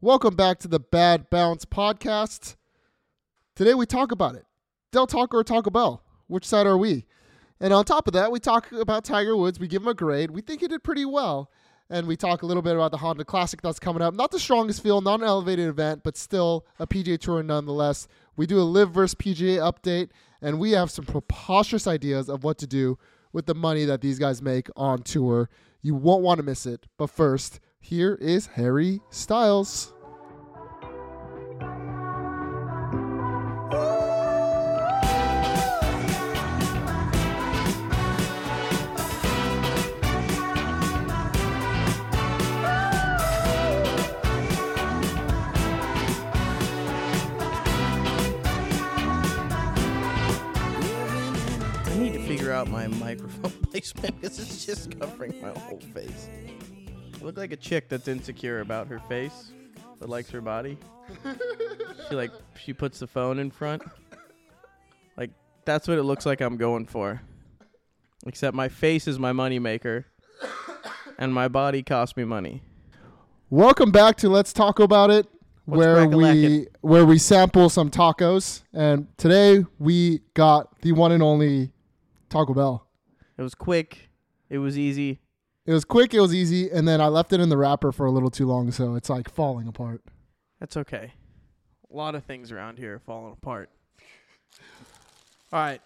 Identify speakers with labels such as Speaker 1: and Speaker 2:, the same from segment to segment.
Speaker 1: Welcome back to the Bad Bounce podcast. Today we talk about it. Del Taco or Taco Bell? Which side are we? And on top of that, we talk about Tiger Woods. We give him a grade. We think he did pretty well. And we talk a little bit about the Honda Classic that's coming up. Not the strongest field, not an elevated event, but still a PGA Tour nonetheless. We do a live versus PGA update, and we have some preposterous ideas of what to do with the money that these guys make on tour. You won't want to miss it. But first, here is Harry Styles.
Speaker 2: I need to figure out my microphone placement because it's just covering my whole face. I look like a chick that's insecure about her face, but likes her body. she like she puts the phone in front. Like that's what it looks like I'm going for. Except my face is my moneymaker, and my body costs me money.
Speaker 1: Welcome back to Let's Talk About It, where we
Speaker 2: crack-a-lackin'?
Speaker 1: where we sample some tacos. And today we got the one and only Taco Bell.
Speaker 2: It was quick. It was easy.
Speaker 1: It was quick, it was easy, and then I left it in the wrapper for a little too long, so it's like falling apart.
Speaker 2: That's okay. A lot of things around here are falling apart. All right.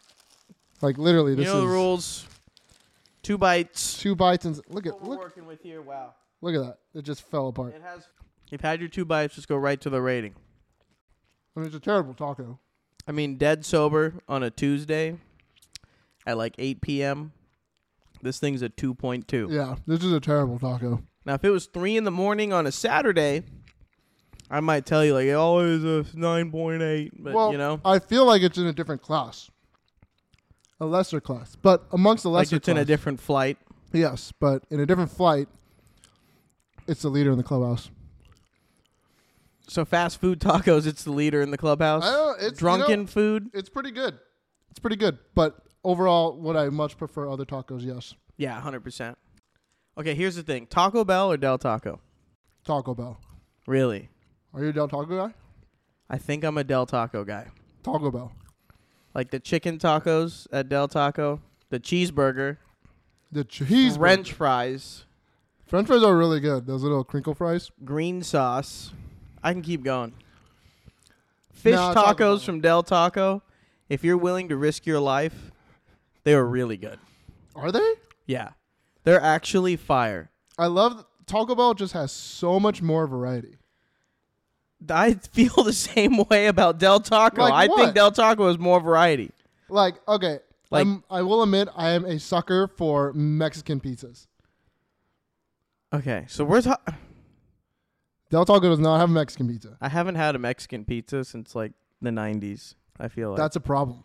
Speaker 1: Like literally,
Speaker 2: You
Speaker 1: this
Speaker 2: know the
Speaker 1: is
Speaker 2: rules. Two bites.
Speaker 1: two bites and look at
Speaker 2: We're
Speaker 1: look
Speaker 2: working with here. Wow.
Speaker 1: look at that. It just fell apart.
Speaker 2: It has. You've had your two bites. Just go right to the rating.
Speaker 1: I mean, it's a terrible taco.
Speaker 2: I mean, dead sober on a Tuesday at like 8 p.m. This thing's a 2.2.
Speaker 1: Yeah, this is a terrible taco.
Speaker 2: Now, if it was three in the morning on a Saturday, I might tell you like oh, it always a 9.8. But
Speaker 1: well,
Speaker 2: you know,
Speaker 1: I feel like it's in a different class, a lesser class, but amongst the
Speaker 2: like
Speaker 1: lesser
Speaker 2: it's in a
Speaker 1: class-
Speaker 2: different flight.
Speaker 1: Yes, but in a different flight, it's the leader in the clubhouse.
Speaker 2: So fast food tacos, it's the leader in the clubhouse.
Speaker 1: I don't- it's- you
Speaker 2: Drunken
Speaker 1: know-
Speaker 2: food,
Speaker 1: It's pretty good. It's pretty good, but overall, would I much prefer other tacos? Yes,
Speaker 2: yeah, 100. percent Okay, here's the thing: Taco Bell or Del Taco?
Speaker 1: Taco Bell.
Speaker 2: Really?
Speaker 1: Are you a Del Taco guy?
Speaker 2: I think I'm a Del Taco guy.
Speaker 1: Taco Bell.
Speaker 2: Like the chicken tacos at Del Taco, the cheeseburger,
Speaker 1: The cheese
Speaker 2: French fries,
Speaker 1: French fries are really good. Those little crinkle fries.
Speaker 2: green sauce. I can keep going. Fish
Speaker 1: No, Taco Bell.
Speaker 2: tacos from Del Taco, if you're willing to risk your life, they are really good.
Speaker 1: Are they?
Speaker 2: Yeah. They're actually fire.
Speaker 1: I love Taco Bell. Just has so much more variety.
Speaker 2: I feel the same way about Del Taco.
Speaker 1: Like
Speaker 2: I
Speaker 1: what?
Speaker 2: think Del Taco has more variety.
Speaker 1: Like okay,
Speaker 2: Like-
Speaker 1: I'm, I will admit I am a sucker for Mexican pizzas.
Speaker 2: Okay, so we're ta-
Speaker 1: Del Taco does not have Mexican pizza.
Speaker 2: I haven't had a Mexican pizza since like the 90s. I feel like
Speaker 1: That's a problem.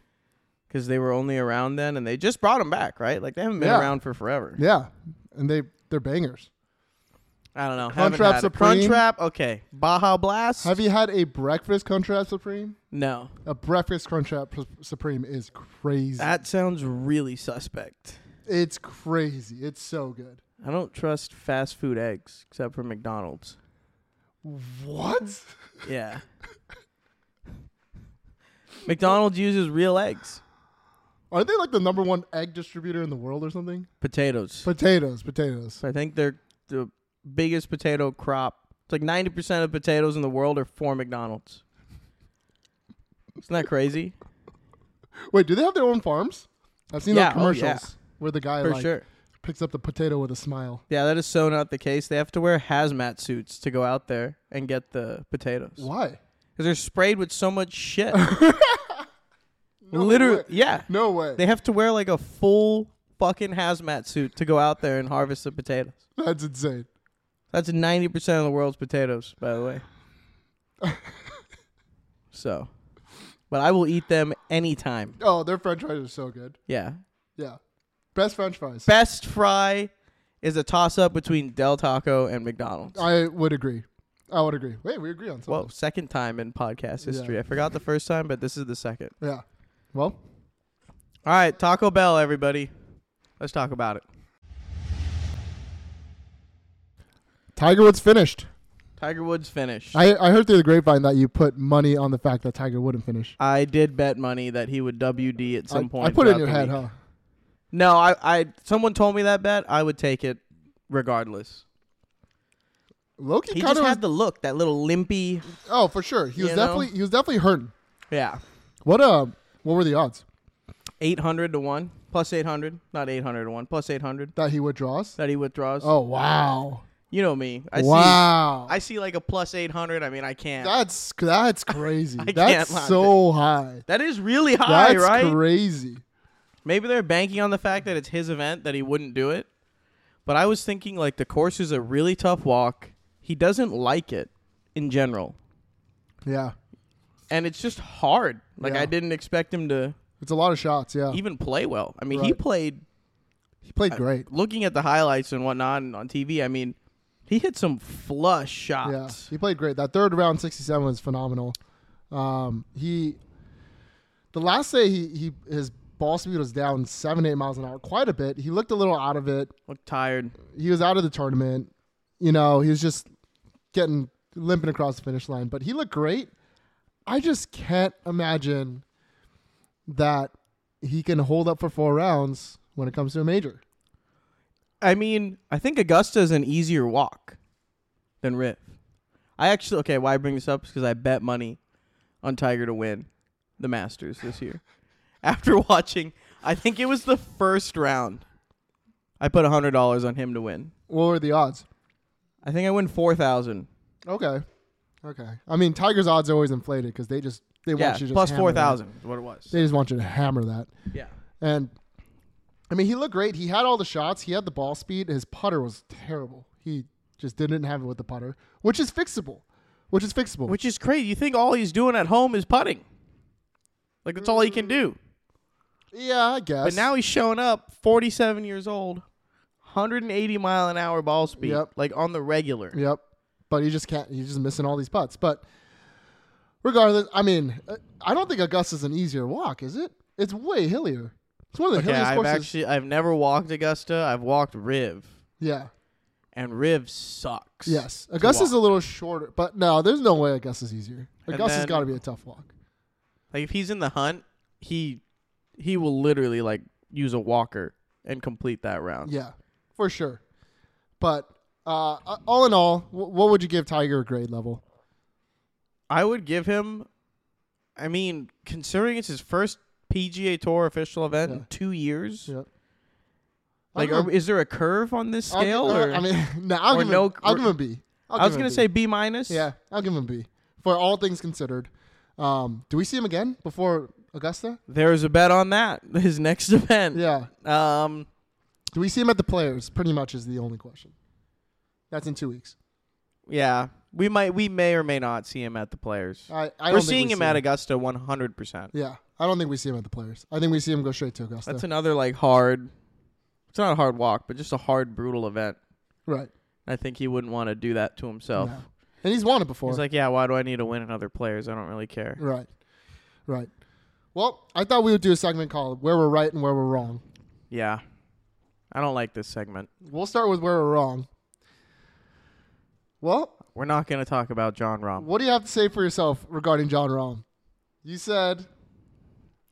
Speaker 2: because they were only around then, and they just brought them back, right? Like they haven't been
Speaker 1: Yeah.
Speaker 2: around for forever.
Speaker 1: Yeah, and they they're bangers.
Speaker 2: I don't know. haven't
Speaker 1: Crunchwrap
Speaker 2: had it.
Speaker 1: Supreme.
Speaker 2: Crunchwrap. Okay. Baja Blast.
Speaker 1: Have you had a breakfast Crunchwrap Supreme?
Speaker 2: no,
Speaker 1: A breakfast Crunchwrap Pr- Supreme is crazy.
Speaker 2: that sounds really suspect.
Speaker 1: it's crazy. It's so good.
Speaker 2: I don't trust fast food eggs except for McDonald's.
Speaker 1: What?
Speaker 2: Yeah. McDonald's uses real eggs.
Speaker 1: Are they like the number one egg distributor in the world or something?
Speaker 2: Potatoes.
Speaker 1: Potatoes, potatoes.
Speaker 2: so I think they're the biggest potato crop. It's like ninety percent of potatoes in the world are for McDonald's. Isn't that crazy?
Speaker 1: Wait, do they have their own farms? I've seen
Speaker 2: Yeah,
Speaker 1: those
Speaker 2: oh, yeah.
Speaker 1: commercials where the guy
Speaker 2: for
Speaker 1: like
Speaker 2: sure.
Speaker 1: picks up the potato with a smile.
Speaker 2: Yeah, that is so not the case. They have to wear hazmat suits to go out there and get the potatoes because
Speaker 1: Why?
Speaker 2: they're sprayed with so much shit.
Speaker 1: No
Speaker 2: Literally,
Speaker 1: way.
Speaker 2: yeah,
Speaker 1: No way.
Speaker 2: they have to wear like a full fucking hazmat suit to go out there and harvest the potatoes.
Speaker 1: That's insane.
Speaker 2: That's ninety percent of the world's potatoes, by the way. so, but I will eat them anytime.
Speaker 1: Oh, their French fries are so good.
Speaker 2: Yeah,
Speaker 1: Yeah, best French fries.
Speaker 2: best fry is a toss up between Del Taco and McDonald's.
Speaker 1: I would agree. I would agree. Wait, we agree on something.
Speaker 2: Whoa, second time in podcast history.
Speaker 1: Yeah.
Speaker 2: I forgot the first time, but this is the second.
Speaker 1: Yeah. Well,
Speaker 2: All right, Taco Bell, everybody. Let's talk about it.
Speaker 1: Tiger Woods finished.
Speaker 2: Tiger Woods finished.
Speaker 1: I, I heard through the grapevine that you put money on the fact that Tiger wouldn't finish.
Speaker 2: I did bet money that he would WD at some
Speaker 1: I,
Speaker 2: point.
Speaker 1: I put it in
Speaker 2: throughout
Speaker 1: your
Speaker 2: the
Speaker 1: head,
Speaker 2: week.
Speaker 1: huh?
Speaker 2: No, I, I someone told me that bet. I would take it regardless.
Speaker 1: Loki
Speaker 2: He
Speaker 1: kind
Speaker 2: just
Speaker 1: of was.
Speaker 2: had the look, that little limpy.
Speaker 1: oh, for sure. He was
Speaker 2: You know?
Speaker 1: definitely he was definitely hurting.
Speaker 2: Yeah.
Speaker 1: What uh, what were the odds
Speaker 2: 800 to 1, plus 800, not 800 to 1, plus 800
Speaker 1: that he withdraws?
Speaker 2: that he withdraws.
Speaker 1: Oh wow,
Speaker 2: You know me. I see
Speaker 1: wow.
Speaker 2: I see like a plus 800. I mean, I can't.
Speaker 1: that's that's crazy.
Speaker 2: I
Speaker 1: that's
Speaker 2: can't lie.
Speaker 1: so high.
Speaker 2: that is really high,
Speaker 1: that's
Speaker 2: right?
Speaker 1: crazy.
Speaker 2: Maybe they're banking on the fact that it's his event that he wouldn't do it. But I was thinking like the course is a really tough walk. He doesn't like it in general.
Speaker 1: Yeah,
Speaker 2: And it's just hard. Like
Speaker 1: Yeah.
Speaker 2: I didn't expect him to
Speaker 1: it's a lot of shots. Yeah,
Speaker 2: even play well. I mean, he
Speaker 1: Right.
Speaker 2: played
Speaker 1: he played great.
Speaker 2: looking at the highlights and whatnot and on TV. I mean, he hit some flush
Speaker 1: Yeah,
Speaker 2: shots.
Speaker 1: he played great. That third round, sixty-seven, was phenomenal. Um, he, the last day, he he his ball speed was down seven eight miles an hour, quite a bit. He looked a little out of it.
Speaker 2: Looked tired.
Speaker 1: He was out of the tournament. You know, he was just getting limping across the finish line, but he looked great. I just can't imagine that he can hold up for four rounds when it comes to a major.
Speaker 2: I mean, I think Augusta is an easier walk than Riff. I actually okay. Why I bring this up is because I bet money on Tiger to win the Masters this year. After watching, I think it was the first round. I put hundred dollars on him to win.
Speaker 1: What were the odds?
Speaker 2: I think I win four thousand.
Speaker 1: Okay, okay. I mean, Tiger's odds are always inflated because they just they
Speaker 2: Yeah,
Speaker 1: want you to just
Speaker 2: plus
Speaker 1: hammer
Speaker 2: four
Speaker 1: that.
Speaker 2: thousand is what it was.
Speaker 1: They just want you to hammer that.
Speaker 2: Yeah.
Speaker 1: And I mean, he looked great. He had all the shots. He had the ball speed. His putter was terrible. He just didn't have it with the putter, which is fixable. Which is fixable.
Speaker 2: Which is crazy. You think all he's doing at home is putting. Like that's all he can do.
Speaker 1: Mm-hmm. yeah, I guess.
Speaker 2: But now he's showing up 47 years old, 180 mile an hour ball speed,
Speaker 1: Yep.
Speaker 2: like on the regular.
Speaker 1: Yep. But he just can't. He's just missing all these putts. But regardless, I mean, uh, I don't think Augusta's an easier walk, is it? It's way hillier. It's one of the
Speaker 2: Okay,
Speaker 1: hilliest
Speaker 2: I've
Speaker 1: courses.
Speaker 2: actually I've never walked Augusta. I've walked Riv,
Speaker 1: yeah.
Speaker 2: and Riv sucks.
Speaker 1: Yes.
Speaker 2: to
Speaker 1: Augusta's a
Speaker 2: walk.
Speaker 1: little shorter, but no, there's no way Augusta's easier.
Speaker 2: And
Speaker 1: Augusta's
Speaker 2: then-
Speaker 1: got to be a tough walk.
Speaker 2: like if he's in the hunt, he he will literally like use a walker and complete that round.
Speaker 1: Yeah, for sure. But uh, uh, all in all, wh- what would you give Tiger a grade level?
Speaker 2: I would give him. I mean, considering it's his first PGA Tour official event
Speaker 1: Yeah.
Speaker 2: in two years,
Speaker 1: Yeah.
Speaker 2: like,
Speaker 1: I'm
Speaker 2: are, is there a curve on this
Speaker 1: I'll gi-
Speaker 2: scale?
Speaker 1: uh,
Speaker 2: or
Speaker 1: I mean, no, I'll,
Speaker 2: or
Speaker 1: give him,
Speaker 2: no-
Speaker 1: I'll
Speaker 2: or-
Speaker 1: give him a B. I'll
Speaker 2: I was
Speaker 1: give him a
Speaker 2: gonna
Speaker 1: B.
Speaker 2: say B minus.
Speaker 1: yeah, I'll give him a B for all things considered. Um, do we see him again before Augusta?
Speaker 2: There was a bet on that. His next event.
Speaker 1: Yeah.
Speaker 2: Um,
Speaker 1: Do we see him at the Players? Pretty much is the only question. That's in two weeks.
Speaker 2: yeah. We might. We may or may not see him at the Players.
Speaker 1: I, I
Speaker 2: We're
Speaker 1: don't think
Speaker 2: seeing
Speaker 1: we
Speaker 2: him
Speaker 1: see
Speaker 2: at Augusta 100. percent
Speaker 1: Yeah, I don't think we see him at the Players. I think we see him go straight to Augusta.
Speaker 2: That's another like hard. It's not a hard walk, but just a hard, brutal event.
Speaker 1: right.
Speaker 2: I think he wouldn't want to do that to himself.
Speaker 1: No. And he's won it before.
Speaker 2: He's like, yeah, why do I need to win in other Players? I don't really care.
Speaker 1: Right. Right. Well, I thought we would do a segment called Where We're Right and Where We're Wrong.
Speaker 2: Yeah. I don't like this segment.
Speaker 1: We'll start with Where We're Wrong. Well,
Speaker 2: We're not going to talk about John Rom.
Speaker 1: what do you have to say for yourself regarding John Rahm? You said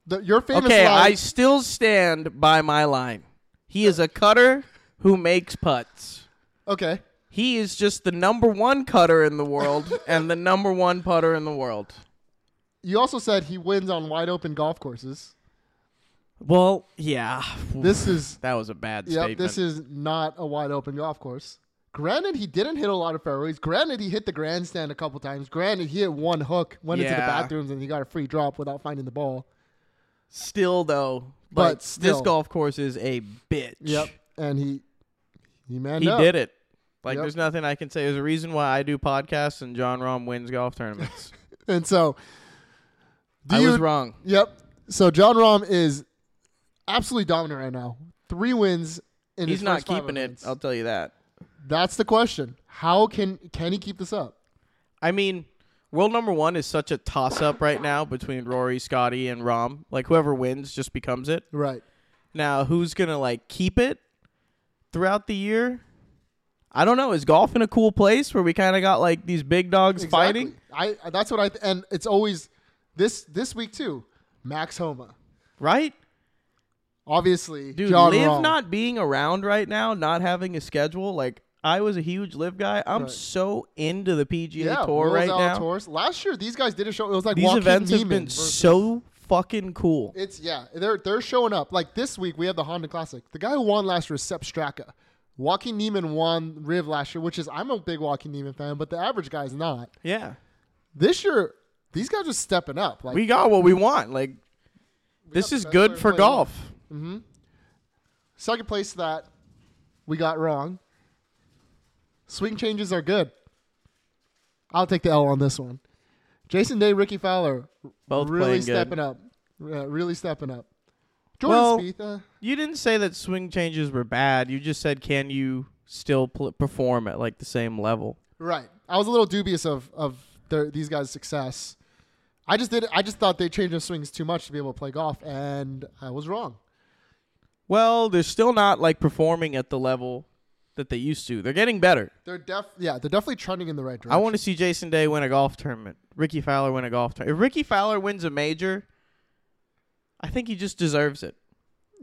Speaker 1: that your famous
Speaker 2: Okay,
Speaker 1: line,
Speaker 2: I still stand by my line. He is a cutter who makes putts.
Speaker 1: Okay.
Speaker 2: He is just the number one cutter in the world and the number one putter in the world.
Speaker 1: You also said he wins on wide open golf courses.
Speaker 2: Well, yeah.
Speaker 1: This is
Speaker 2: that was a bad
Speaker 1: Yep,
Speaker 2: statement.
Speaker 1: this is not a wide open golf course. Granted, he didn't hit a lot of fairways. Granted, he hit the grandstand a couple times. Granted, he hit one hook, went into the
Speaker 2: Yeah.
Speaker 1: bathrooms, and he got a free drop without finding the ball.
Speaker 2: still though,
Speaker 1: But
Speaker 2: like,
Speaker 1: still.
Speaker 2: this golf course is a bitch.
Speaker 1: Yep. And he he manned
Speaker 2: He
Speaker 1: up.
Speaker 2: did it. Like
Speaker 1: Yep.
Speaker 2: there's nothing I can say. There's a reason why I do podcasts and John Rom wins golf tournaments.
Speaker 1: And so do
Speaker 2: I
Speaker 1: you,
Speaker 2: was wrong.
Speaker 1: Yep. So John Rom is absolutely dominant right now. Three wins in his
Speaker 2: He's not
Speaker 1: first five
Speaker 2: keeping it.
Speaker 1: events.
Speaker 2: I'll tell you that.
Speaker 1: That's the question. How can can he keep this up?
Speaker 2: I mean, world number one is such a toss up right now between Rory, Scotty, and Rom. Like whoever wins just becomes it.
Speaker 1: Right.
Speaker 2: Now, who's gonna like keep it throughout the year? I don't know. Is golf in a cool place where we kind of got like these big dogs fighting?
Speaker 1: Exactly. I that's what I th- and it's always this this week too. Max Homa,
Speaker 2: Right?
Speaker 1: obviously.
Speaker 2: Dude,
Speaker 1: John
Speaker 2: Liv
Speaker 1: Rahm.
Speaker 2: not being around right now, not having a schedule, like I was a huge Liv guy. I'm
Speaker 1: Right.
Speaker 2: so into the PGA
Speaker 1: yeah,
Speaker 2: Tour
Speaker 1: Will's
Speaker 2: right now.
Speaker 1: Alatoris. Last year, these guys did a show. It was like
Speaker 2: These
Speaker 1: Joaquin
Speaker 2: events have
Speaker 1: Niemann
Speaker 2: been
Speaker 1: versus-
Speaker 2: so fucking cool.
Speaker 1: It's yeah, they're they're showing up. Like this week, we have the Honda Classic. The guy who won last year is Sepp Straka. Joaquin Neiman won Riv last year, which is I'm a big Joaquin Neiman fan, but the average guy's not.
Speaker 2: Yeah.
Speaker 1: This year, these guys are stepping up. Like
Speaker 2: We got what we want. Like this
Speaker 1: the
Speaker 2: is
Speaker 1: best
Speaker 2: good
Speaker 1: player
Speaker 2: for
Speaker 1: playing.
Speaker 2: golf.
Speaker 1: second place that we got wrong. Swing changes are good. I'll take the L on this one. Jason Day, Ricky Fowler,
Speaker 2: Both
Speaker 1: really
Speaker 2: playing good.
Speaker 1: stepping up. Yeah, really stepping up. Jordan
Speaker 2: Well-
Speaker 1: Spieth, uh,
Speaker 2: You didn't say that swing changes were bad. You just said can you still pl- perform at like the same level?
Speaker 1: Right. I was a little dubious of of their, these guys' success. I just did. I just thought they changed their swings too much to be able to play golf, and I was wrong.
Speaker 2: Well, they're still not like performing at the level that they used to. They're getting better.
Speaker 1: They're def. Yeah, they're definitely trending in the right direction.
Speaker 2: I want to see Jason Day win a golf tournament. Ricky Fowler win a golf tournament. If Ricky Fowler wins a major, I think he just deserves it.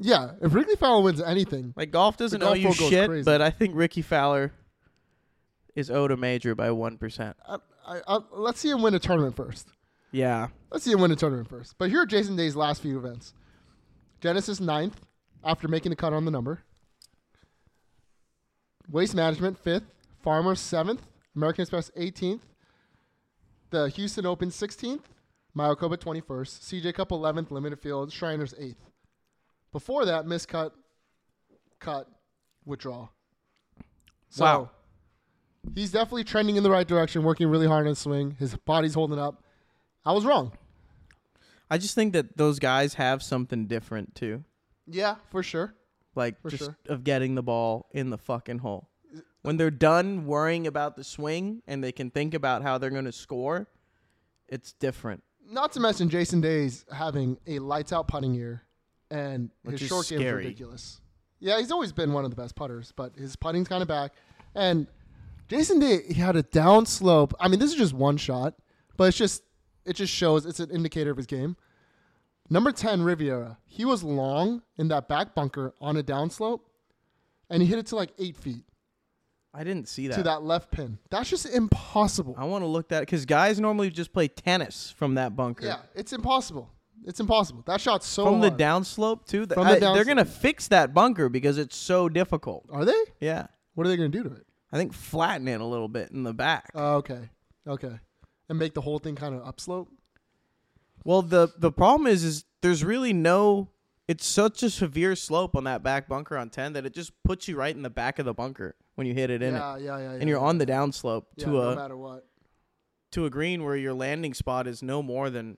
Speaker 1: yeah, if Wrigley Fowler wins anything,
Speaker 2: Like golf doesn't
Speaker 1: The golf
Speaker 2: owe you
Speaker 1: world goes
Speaker 2: shit,
Speaker 1: crazy.
Speaker 2: but I think Ricky Fowler is owed a major by one percent.
Speaker 1: I, I, I, let's see him win a tournament first.
Speaker 2: Yeah.
Speaker 1: Let's see him win a tournament first. But here are Jason Day's last few events. Genesis ninth, after making the cut on the number. Waste Management fifth, Farmers seventh, American Express eighteenth, the Houston Open sixteenth, Mayakoba twenty first, CJ Cup eleventh, Limited Field, Shriners eighth. Before that, miscut, cut, withdraw. So
Speaker 2: Wow.
Speaker 1: he's definitely trending in the right direction, working really hard on his swing. His body's holding up. I was wrong.
Speaker 2: I just think that those guys have something different too.
Speaker 1: Yeah, for sure.
Speaker 2: Like
Speaker 1: For
Speaker 2: just
Speaker 1: sure.
Speaker 2: of getting the ball in the fucking hole. When they're done worrying about the swing and they can think about how they're going to score, it's different.
Speaker 1: Not to mention Jason Day's having a lights out putting year, and
Speaker 2: Which
Speaker 1: his
Speaker 2: is
Speaker 1: short game is
Speaker 2: scary.
Speaker 1: ridiculous. Yeah, he's always been one of the best putters, but his putting's kind of back. And Jason Day, he had a down slope. I mean, this is just one shot, but it's just it just shows it's an indicator of his game. Number ten Riviera, he was long in that back bunker on a down slope, and he hit it to like eight feet
Speaker 2: I didn't see that.
Speaker 1: to that left pin. That's just impossible.
Speaker 2: I want to look that because guys normally just play tennis from that bunker.
Speaker 1: Yeah, it's impossible. It's impossible. That shot's so
Speaker 2: From the
Speaker 1: hard.
Speaker 2: downslope too. Th-
Speaker 1: From the
Speaker 2: I- they're
Speaker 1: downslope.
Speaker 2: gonna fix that bunker because it's so difficult.
Speaker 1: Are they?
Speaker 2: Yeah,
Speaker 1: What are they going to do to it?
Speaker 2: I think flatten it a little bit in the back.
Speaker 1: Oh, okay. Okay. And make the whole thing kind of upslope?
Speaker 2: well, the the problem is is there's really no. It's such a severe slope on that back bunker on ten that it just puts you right in the back of the bunker when you hit it in
Speaker 1: Yeah,
Speaker 2: it,
Speaker 1: yeah, yeah, yeah.
Speaker 2: and you're on the downslope
Speaker 1: yeah,
Speaker 2: to
Speaker 1: no
Speaker 2: a
Speaker 1: matter what.
Speaker 2: to a green where your landing spot is no more than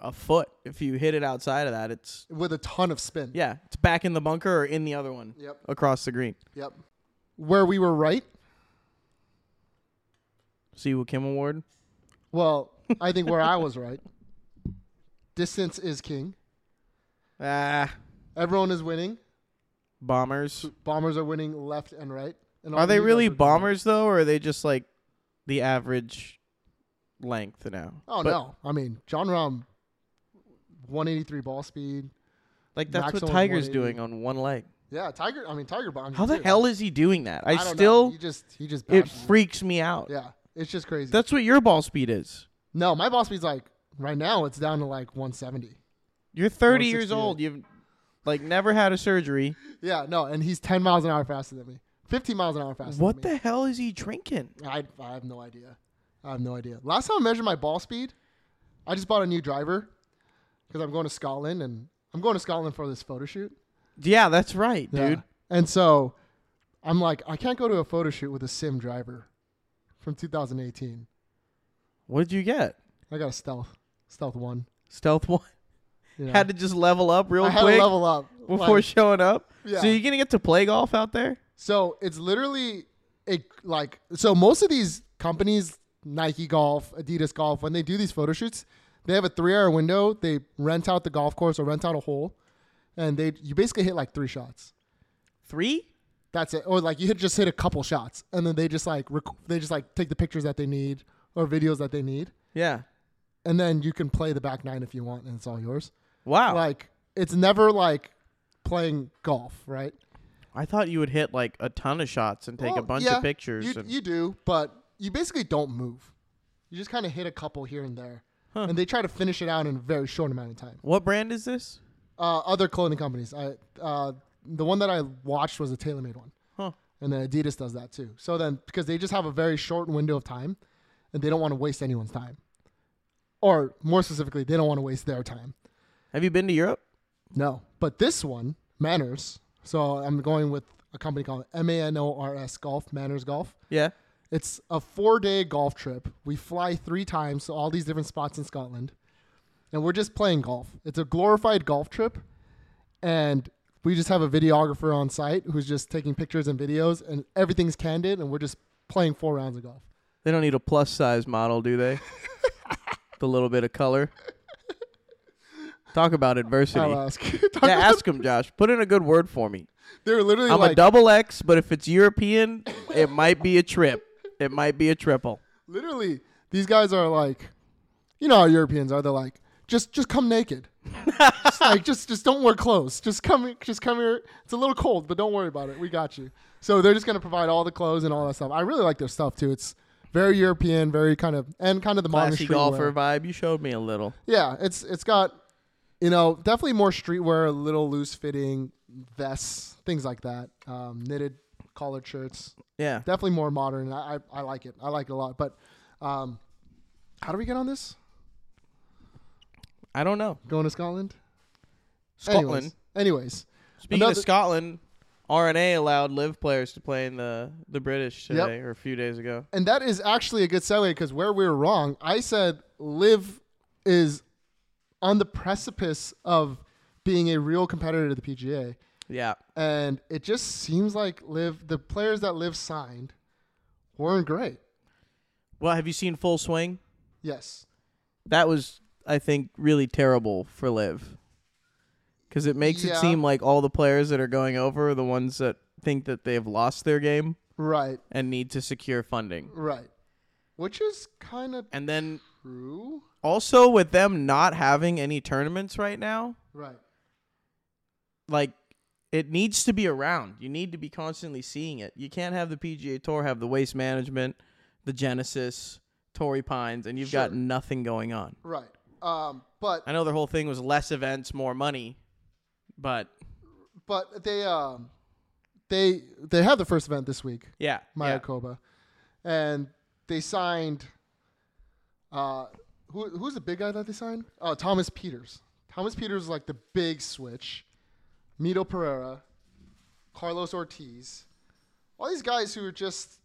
Speaker 2: a foot. If you hit it outside of that, it's
Speaker 1: With a ton of spin.
Speaker 2: yeah, it's back in the bunker or in the other one
Speaker 1: Yep.
Speaker 2: across the green.
Speaker 1: Yep. Where we were right?
Speaker 2: See what Kim Award.
Speaker 1: Well, I think where I was right. Distance is king.
Speaker 2: Ah,
Speaker 1: Everyone is winning.
Speaker 2: bombers.
Speaker 1: Bombers are winning left and right. And all
Speaker 2: Are they
Speaker 1: you guys
Speaker 2: really
Speaker 1: doing-
Speaker 2: bombers though, or are they just like the average length now?
Speaker 1: Oh,
Speaker 2: But,
Speaker 1: no. I mean, John Rahm, 183 ball speed.
Speaker 2: Like that's
Speaker 1: Maxwell's
Speaker 2: what Tiger's
Speaker 1: 180.
Speaker 2: doing on one leg.
Speaker 1: Yeah, Tiger. I mean, Tiger bombed.
Speaker 2: How the
Speaker 1: too.
Speaker 2: hell is he doing that? I,
Speaker 1: I don't know.
Speaker 2: still
Speaker 1: He just, he just
Speaker 2: it
Speaker 1: bashed
Speaker 2: freaks me out.
Speaker 1: Yeah, it's just crazy.
Speaker 2: That's what your ball speed is.
Speaker 1: no, my ball speed's like right now it's down to like 170.
Speaker 2: You're 30 years
Speaker 1: 168.
Speaker 2: old. You've like never had a surgery.
Speaker 1: Yeah, no, and he's 10 miles an hour faster than me. 15 miles an hour faster.
Speaker 2: What
Speaker 1: than
Speaker 2: the hell is he drinking?
Speaker 1: the? I, I have no idea. I have no idea. Last time I measured my ball speed, I just bought a new driver because I'm going to Scotland and I'm going to Scotland for this photo shoot,
Speaker 2: Yeah, that's right,
Speaker 1: Yeah.
Speaker 2: dude.
Speaker 1: And so I'm like, I can't go to a photo shoot with a sim driver from 2018.
Speaker 2: What did you get?
Speaker 1: I got a stealth, stealth one.
Speaker 2: Stealth one.
Speaker 1: you know.
Speaker 2: Had to just level up real
Speaker 1: I had
Speaker 2: quick
Speaker 1: to level up
Speaker 2: before
Speaker 1: like-
Speaker 2: showing up.
Speaker 1: Yeah.
Speaker 2: So you're gonna get to play golf out there?
Speaker 1: So it's literally a like so most of these companies, Nike Golf, Adidas Golf, when they do these photo shoots, they have a three hour window. They rent out the golf course or rent out a hole, and they you basically hit like three shots.
Speaker 2: Three?
Speaker 1: That's it. Or like you hit, just hit a couple shots, and then they just like rec- they just like take the pictures that they need or videos that they need,
Speaker 2: Yeah.
Speaker 1: and then you can play the back nine if you want, and it's all yours.
Speaker 2: Wow.
Speaker 1: Like it's never like playing golf, right?
Speaker 2: I thought you would hit like a ton of shots and take a
Speaker 1: Well,
Speaker 2: bunch
Speaker 1: yeah,
Speaker 2: of pictures.
Speaker 1: You,
Speaker 2: and,
Speaker 1: you do, but you basically don't move. You just kind of hit a couple here and there,
Speaker 2: Huh.
Speaker 1: and they try to finish it out in a very short amount of time.
Speaker 2: what brand is this?
Speaker 1: Uh, other clothing companies, I uh, the one that I watched was a TaylorMade one,
Speaker 2: Huh.
Speaker 1: and then Adidas does that too. So then, because they just have a very short window of time, and they don't want to waste anyone's time, or more specifically, they don't want to waste their time.
Speaker 2: Have you been to Europe?
Speaker 1: No, but this one Manners. So I'm going with a company called M A N O R S Golf Manners Golf.
Speaker 2: Yeah.
Speaker 1: It's a four day golf trip. We fly three times to all these different spots in Scotland, and we're just playing golf. It's a glorified golf trip, and we just have a videographer on site who's just taking pictures and videos, and everything's candid, and we're just playing four rounds of golf.
Speaker 2: They don't need a plus size model, do they? the little bit of color. Talk about adversity.
Speaker 1: I'll ask. Talk
Speaker 2: yeah,
Speaker 1: about-
Speaker 2: ask them, Josh. Put in a good word for me.
Speaker 1: They're literally
Speaker 2: I'm a
Speaker 1: like,
Speaker 2: double X, but if it's European, it might be a trip. It might be a triple.
Speaker 1: literally, these guys are like, you know how Europeans are. They're like, just just come naked. just like just just don't wear clothes. Just come just come here. It's a little cold, but don't worry about it. We got you. So they're just gonna provide all the clothes and all that stuff. I really like their stuff too. It's very European, very kind of and kind of the modern
Speaker 2: Classy
Speaker 1: streetwear.
Speaker 2: golfer vibe. You showed me a little.
Speaker 1: Yeah, it's it's got you know definitely more streetwear, a little loose fitting vests, things like that, um, knitted collared shirts.
Speaker 2: Yeah.
Speaker 1: Definitely more modern. I, I I like it. I like it a lot. But um, how do we get on this?
Speaker 2: I don't know.
Speaker 1: Going to Scotland.
Speaker 2: Scotland.
Speaker 1: Anyways. anyways
Speaker 2: Speaking
Speaker 1: Another-
Speaker 2: of Scotland, RNA allowed live players to play in the the British today or a few days ago.
Speaker 1: and that is actually a good segue because where we were wrong, I said Live is on the precipice of being a real competitor to the PGA,
Speaker 2: Yeah.
Speaker 1: and it just seems like Live the players that Live signed weren't great.
Speaker 2: Well, have you seen Full Swing?
Speaker 1: Yes,
Speaker 2: That was, I think, really terrible for Live. Because it makes
Speaker 1: Yeah.
Speaker 2: it seem like all the players that are going over are the ones that think that they've lost their game
Speaker 1: right,
Speaker 2: and need to secure funding.
Speaker 1: right, which is kind of
Speaker 2: And then
Speaker 1: true,
Speaker 2: also with them not having any tournaments right now,
Speaker 1: right?
Speaker 2: like it needs to be around. You need to be constantly seeing it. You can't have the PGA Tour have the waste management, the Genesis, Torrey Pines, and you've got
Speaker 1: Sure.
Speaker 2: nothing going on.
Speaker 1: Right. Um, but
Speaker 2: I know their whole thing was less events, more money, but
Speaker 1: but they um they they have the first event this week,
Speaker 2: yeah, yeah.
Speaker 1: Mayakoba, and they signed uh who who's the big guy that they signed? Oh, Thomas Peters. Thomas Peters is like the big switch. Mito Pereira, Carlos Ortiz, all these guys who are just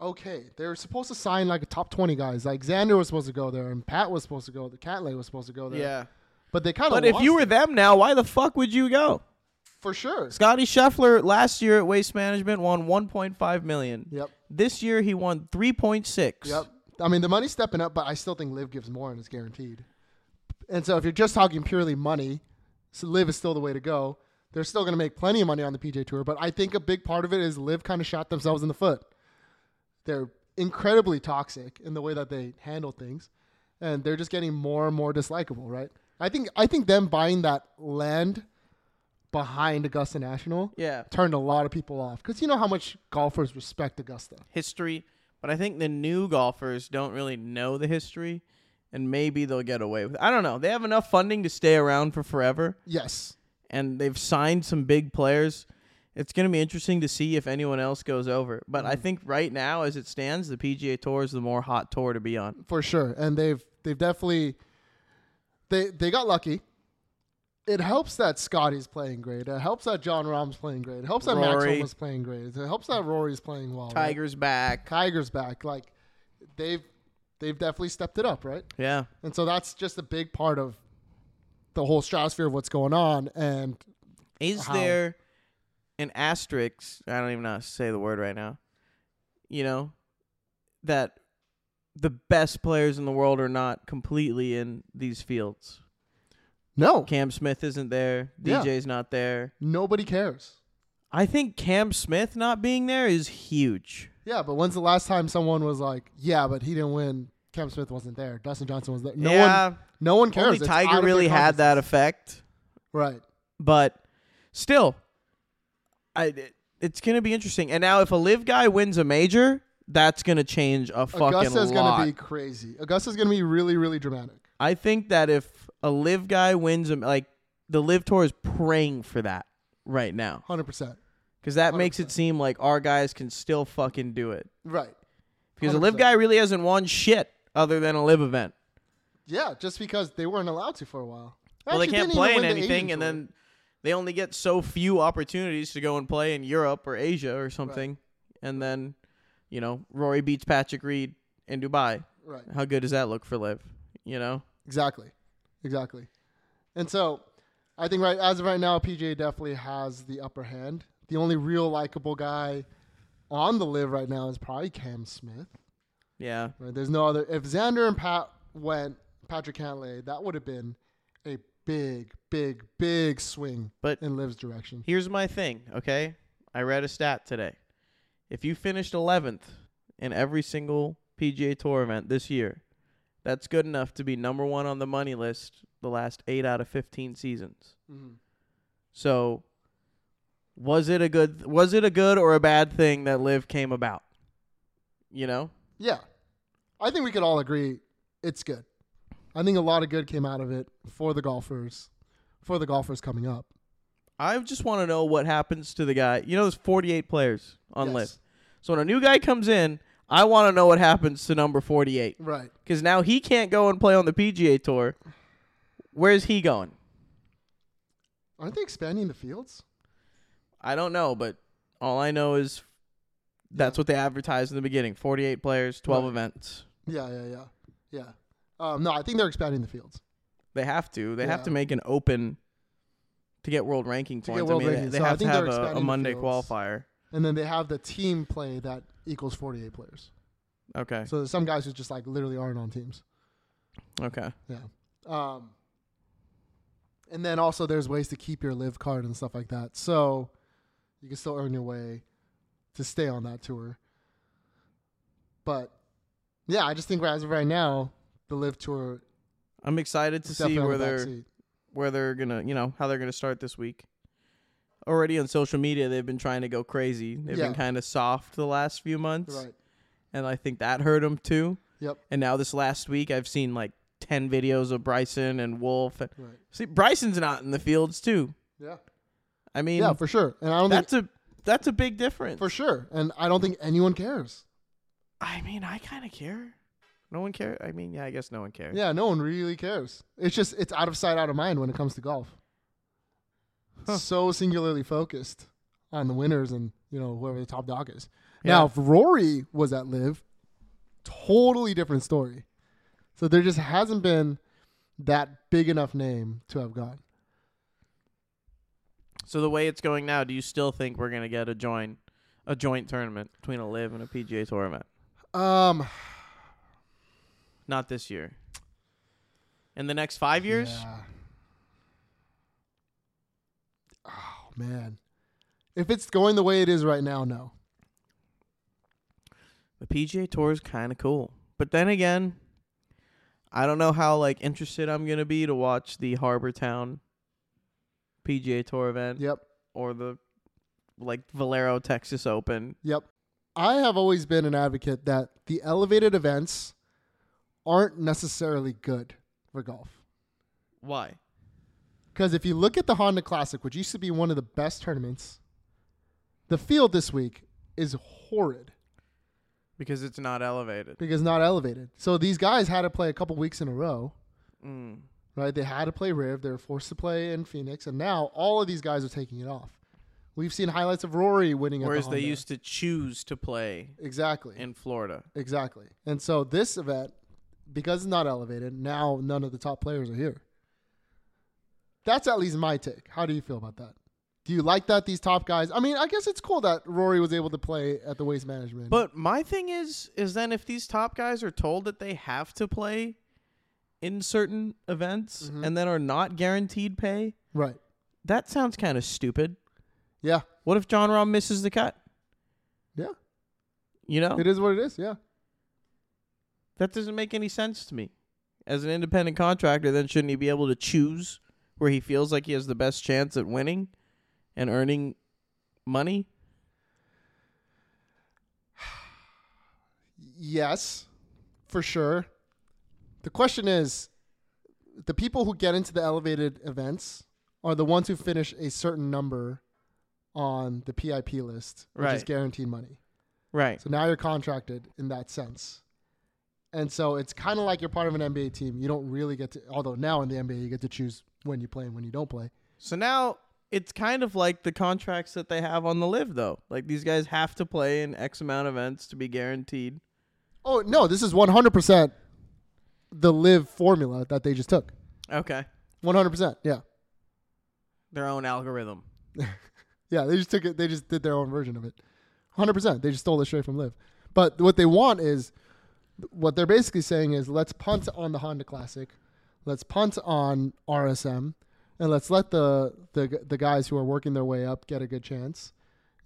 Speaker 1: okay. They were supposed to sign like top twenty guys. Like Xander was supposed to go there, and Pat was supposed to go. there, Catley was supposed to go there.
Speaker 2: Yeah.
Speaker 1: but they kind of.
Speaker 2: But if you were
Speaker 1: it,
Speaker 2: them now, why the fuck would you go?
Speaker 1: for sure,
Speaker 2: Scotty Scheffler last year at Waste Management won 1.5 million.
Speaker 1: Yep.
Speaker 2: This year he won 3.6.
Speaker 1: Yep. I mean, the money's stepping up, but I still think Live gives more and it's guaranteed. And so if you're just talking purely money, so Live is still the way to go. They're still going to make plenty of money on the PJ Tour, but I think a big part of it is Live kind of shot themselves in the foot. They're incredibly toxic in the way that they handle things, and they're just getting more and more dislikable, right? I think I think them buying that land behind Augusta National
Speaker 2: Yeah.
Speaker 1: turned a lot of people off because you know how much golfers respect Augusta.
Speaker 2: history, but I think the new golfers don't really know the history, and maybe they'll get away with. I don't know. They have enough funding to stay around for forever,
Speaker 1: Yes,
Speaker 2: and they've signed some big players. It's going to be interesting to see if anyone else goes over. But I think right now, as it stands, the PGA Tour is the more hot tour to be on.
Speaker 1: for sure. And they've they've definitely they they got lucky. It helps that Scotty's playing great. It helps that John Rahm's playing great. It helps that Max
Speaker 2: Rory.
Speaker 1: Homa's playing great. It helps that Rory's playing well. right?
Speaker 2: Tiger's back.
Speaker 1: Tiger's back. Like they've they've definitely stepped it up, right?
Speaker 2: Yeah.
Speaker 1: And so that's just a big part of the whole stratosphere of what's going on. And
Speaker 2: Is
Speaker 1: How?
Speaker 2: there an asterisk? I don't even know how to say the word right now. You know, that the best players in the world are not completely in these fields.
Speaker 1: no,
Speaker 2: Cam Smith isn't there.
Speaker 1: Yeah.
Speaker 2: DJ's not there.
Speaker 1: nobody cares.
Speaker 2: I think Cam Smith not being there is huge.
Speaker 1: Yeah, but when's the last time someone was like, "Yeah, but he didn't win. Cam Smith wasn't there. Dustin Johnson was there. No
Speaker 2: yeah,
Speaker 1: one, no one cares."
Speaker 2: only
Speaker 1: It's out
Speaker 2: Tiger
Speaker 1: of their
Speaker 2: really had that effect,
Speaker 1: conference. right?
Speaker 2: but still, I it- it's gonna be interesting. And now, if a live guy wins a major, that's gonna change a fucking
Speaker 1: Augusta's
Speaker 2: lot.
Speaker 1: gonna be crazy. Augusta's gonna be really, really dramatic.
Speaker 2: I think that if a live guy wins, a- like the live tour is praying for that right now,
Speaker 1: Hundred percent.
Speaker 2: because that makes
Speaker 1: 100%.
Speaker 2: it seem like our guys can still fucking do it.
Speaker 1: Right.
Speaker 2: Because a live
Speaker 1: 100%.
Speaker 2: guy really hasn't won shit other than a live event.
Speaker 1: Yeah, just because they weren't allowed to for a while.
Speaker 2: Well, they
Speaker 1: Actually,
Speaker 2: can't
Speaker 1: didn't even
Speaker 2: play in
Speaker 1: win the
Speaker 2: anything,
Speaker 1: Asian
Speaker 2: and
Speaker 1: tour.
Speaker 2: then they only get so few opportunities to go and play in Europe or Asia or something. And then, you know, Rory beats Patrick Reed in Dubai.
Speaker 1: right.
Speaker 2: How good does that look for live? You know,
Speaker 1: Exactly. Exactly. And so I think right as of right now, PJ definitely has the upper hand. The only real likable guy on the live right now is probably Cam Smith.
Speaker 2: yeah,
Speaker 1: Right? There's no other if Xander and Pat went Patrick Cantlay, that would have been a big, big, big swing
Speaker 2: but
Speaker 1: in Liv's direction.
Speaker 2: Here's my thing, okay? I read a stat today. If you finished 11th in every single PGA Tour event this year, that's good enough to be number one on the money list the last eight out of 15 seasons.
Speaker 1: Mhm.
Speaker 2: So, was it a good was it a good or a bad thing that Live came about? You know,
Speaker 1: Yeah. I think we could all agree it's good. I think a lot of good came out of it for the golfers, for the golfers coming up.
Speaker 2: I just want to know what happens to the guy. You know, there's 48 players on
Speaker 1: Yes.
Speaker 2: Live. So when a new guy comes in, I want to know what happens to number 48.
Speaker 1: Right.
Speaker 2: because now he can't go and play on the PGA Tour. Where's he going?
Speaker 1: Aren't they expanding the fields?
Speaker 2: I don't know, but all I know is that's what they advertised in the beginning: forty-eight players, twelve
Speaker 1: Right.
Speaker 2: events.
Speaker 1: Yeah, yeah, yeah, yeah. Um, no, I think they're expanding the fields.
Speaker 2: They have to. They have
Speaker 1: Yeah.
Speaker 2: to make an open to get world ranking
Speaker 1: To get
Speaker 2: points.
Speaker 1: world
Speaker 2: I mean, they-
Speaker 1: ranking.
Speaker 2: they
Speaker 1: So I
Speaker 2: have to
Speaker 1: think they're
Speaker 2: have a,
Speaker 1: expanding
Speaker 2: a
Speaker 1: the
Speaker 2: Monday
Speaker 1: fields.
Speaker 2: qualifier.
Speaker 1: And then they have the team play that equals 48 players.
Speaker 2: Okay.
Speaker 1: So there's some guys who just like literally aren't on teams.
Speaker 2: Okay.
Speaker 1: Um, and then also there's ways to keep your live card and stuff like that. So you can still earn your way to stay on that tour. But yeah, I just think as of right now, the live tour
Speaker 2: I'm excited to
Speaker 1: is
Speaker 2: see
Speaker 1: definitely
Speaker 2: where
Speaker 1: on the back
Speaker 2: they're
Speaker 1: seat.
Speaker 2: where they're gonna, you know, how they're gonna start this week. Already on social media, they've been trying to go crazy. They've
Speaker 1: Yeah.
Speaker 2: been kind of soft the last few months.
Speaker 1: Right.
Speaker 2: and I think that hurt him too.
Speaker 1: Yep.
Speaker 2: And now this last week, I've seen like ten videos of Bryson and Wolf. And
Speaker 1: Right.
Speaker 2: see, Bryson's not in the fields too.
Speaker 1: Yeah.
Speaker 2: I mean,
Speaker 1: Yeah, for sure. And I don't think
Speaker 2: that's a that's a big difference.
Speaker 1: for sure. And I don't think anyone cares.
Speaker 2: I mean, I kind of care. No one cares. I mean, yeah, I guess no one cares.
Speaker 1: Yeah, no one really cares. It's just it's out of sight, out of mind when it comes to golf.
Speaker 2: Huh.
Speaker 1: So singularly focused on the winners and you know whoever the top dog is.
Speaker 2: Yeah.
Speaker 1: Now, if Rory was at Live, totally different story. So there just hasn't been that big enough name to have gone.
Speaker 2: So the way it's going now, do you still think we're gonna get a join a joint tournament between a live and a PGA Tour event?
Speaker 1: Um,
Speaker 2: Not this year. In the next five years,
Speaker 1: yeah. Oh man, if it's going the way it is right now, no.
Speaker 2: the PGA Tour is kind of cool. But then again, I don't know how like interested I'm gonna be to watch the Harbor Town PGA Tour event
Speaker 1: Yep.
Speaker 2: or the like Valero Texas Open.
Speaker 1: Yep. I have always been an advocate that the elevated events aren't necessarily good for golf.
Speaker 2: Why?
Speaker 1: Because if you look at the Honda Classic, which used to be one of the best tournaments, the field this week is horrid
Speaker 2: Because it's not elevated.
Speaker 1: because not elevated. So these guys had to play a couple weeks in a row,
Speaker 2: Mm.
Speaker 1: right? They had to play Riv. They were forced to play in Phoenix. And now all of these guys are taking it off. We've seen highlights of Rory winning
Speaker 2: Whereas
Speaker 1: at the
Speaker 2: they
Speaker 1: Honda.
Speaker 2: used to choose to play
Speaker 1: Exactly.
Speaker 2: in Florida.
Speaker 1: Exactly. And so this event, because it's not elevated, now none of the top players are here. That's at least my take. How do you feel about that? Do you like that these top guys? I mean, I guess it's cool that Rory was able to play at the waste management.
Speaker 2: But my thing is, is then if these top guys are told that they have to play in certain events
Speaker 1: Mhm.
Speaker 2: and then are not guaranteed pay,
Speaker 1: right.
Speaker 2: that sounds kind of stupid.
Speaker 1: Yeah.
Speaker 2: What if John Rahm misses the cut?
Speaker 1: Yeah.
Speaker 2: You know,
Speaker 1: It is what it is. Yeah.
Speaker 2: that doesn't make any sense to me. As an independent contractor, then shouldn't he be able to choose where he feels like he has the best chance at winning and earning money?
Speaker 1: Yes, for sure. The question is the people who get into the elevated events are the ones who finish a certain number on the PIP list, which is
Speaker 2: Right.
Speaker 1: guaranteed money.
Speaker 2: Right.
Speaker 1: So now you're contracted in that sense. And so it's kind of like you're part of an NBA team. You don't really get to, although now in the NBA, you get to choose when you play and when you don't play.
Speaker 2: So now it's kind of like the contracts that they have on the live though. Like these guys have to play in X amount of events to be guaranteed.
Speaker 1: Oh, no, this is 100% the live formula that they just took.
Speaker 2: Okay.
Speaker 1: 100%. Yeah.
Speaker 2: Their own algorithm.
Speaker 1: Yeah, they just took it. They just did their own version of it. Hundred percent. They just stole it straight from Live. But what they want is, what they're basically saying is, let's punt on the Honda Classic, let's punt on RSM, and let's let the the g- the guys who are working their way up get a good chance,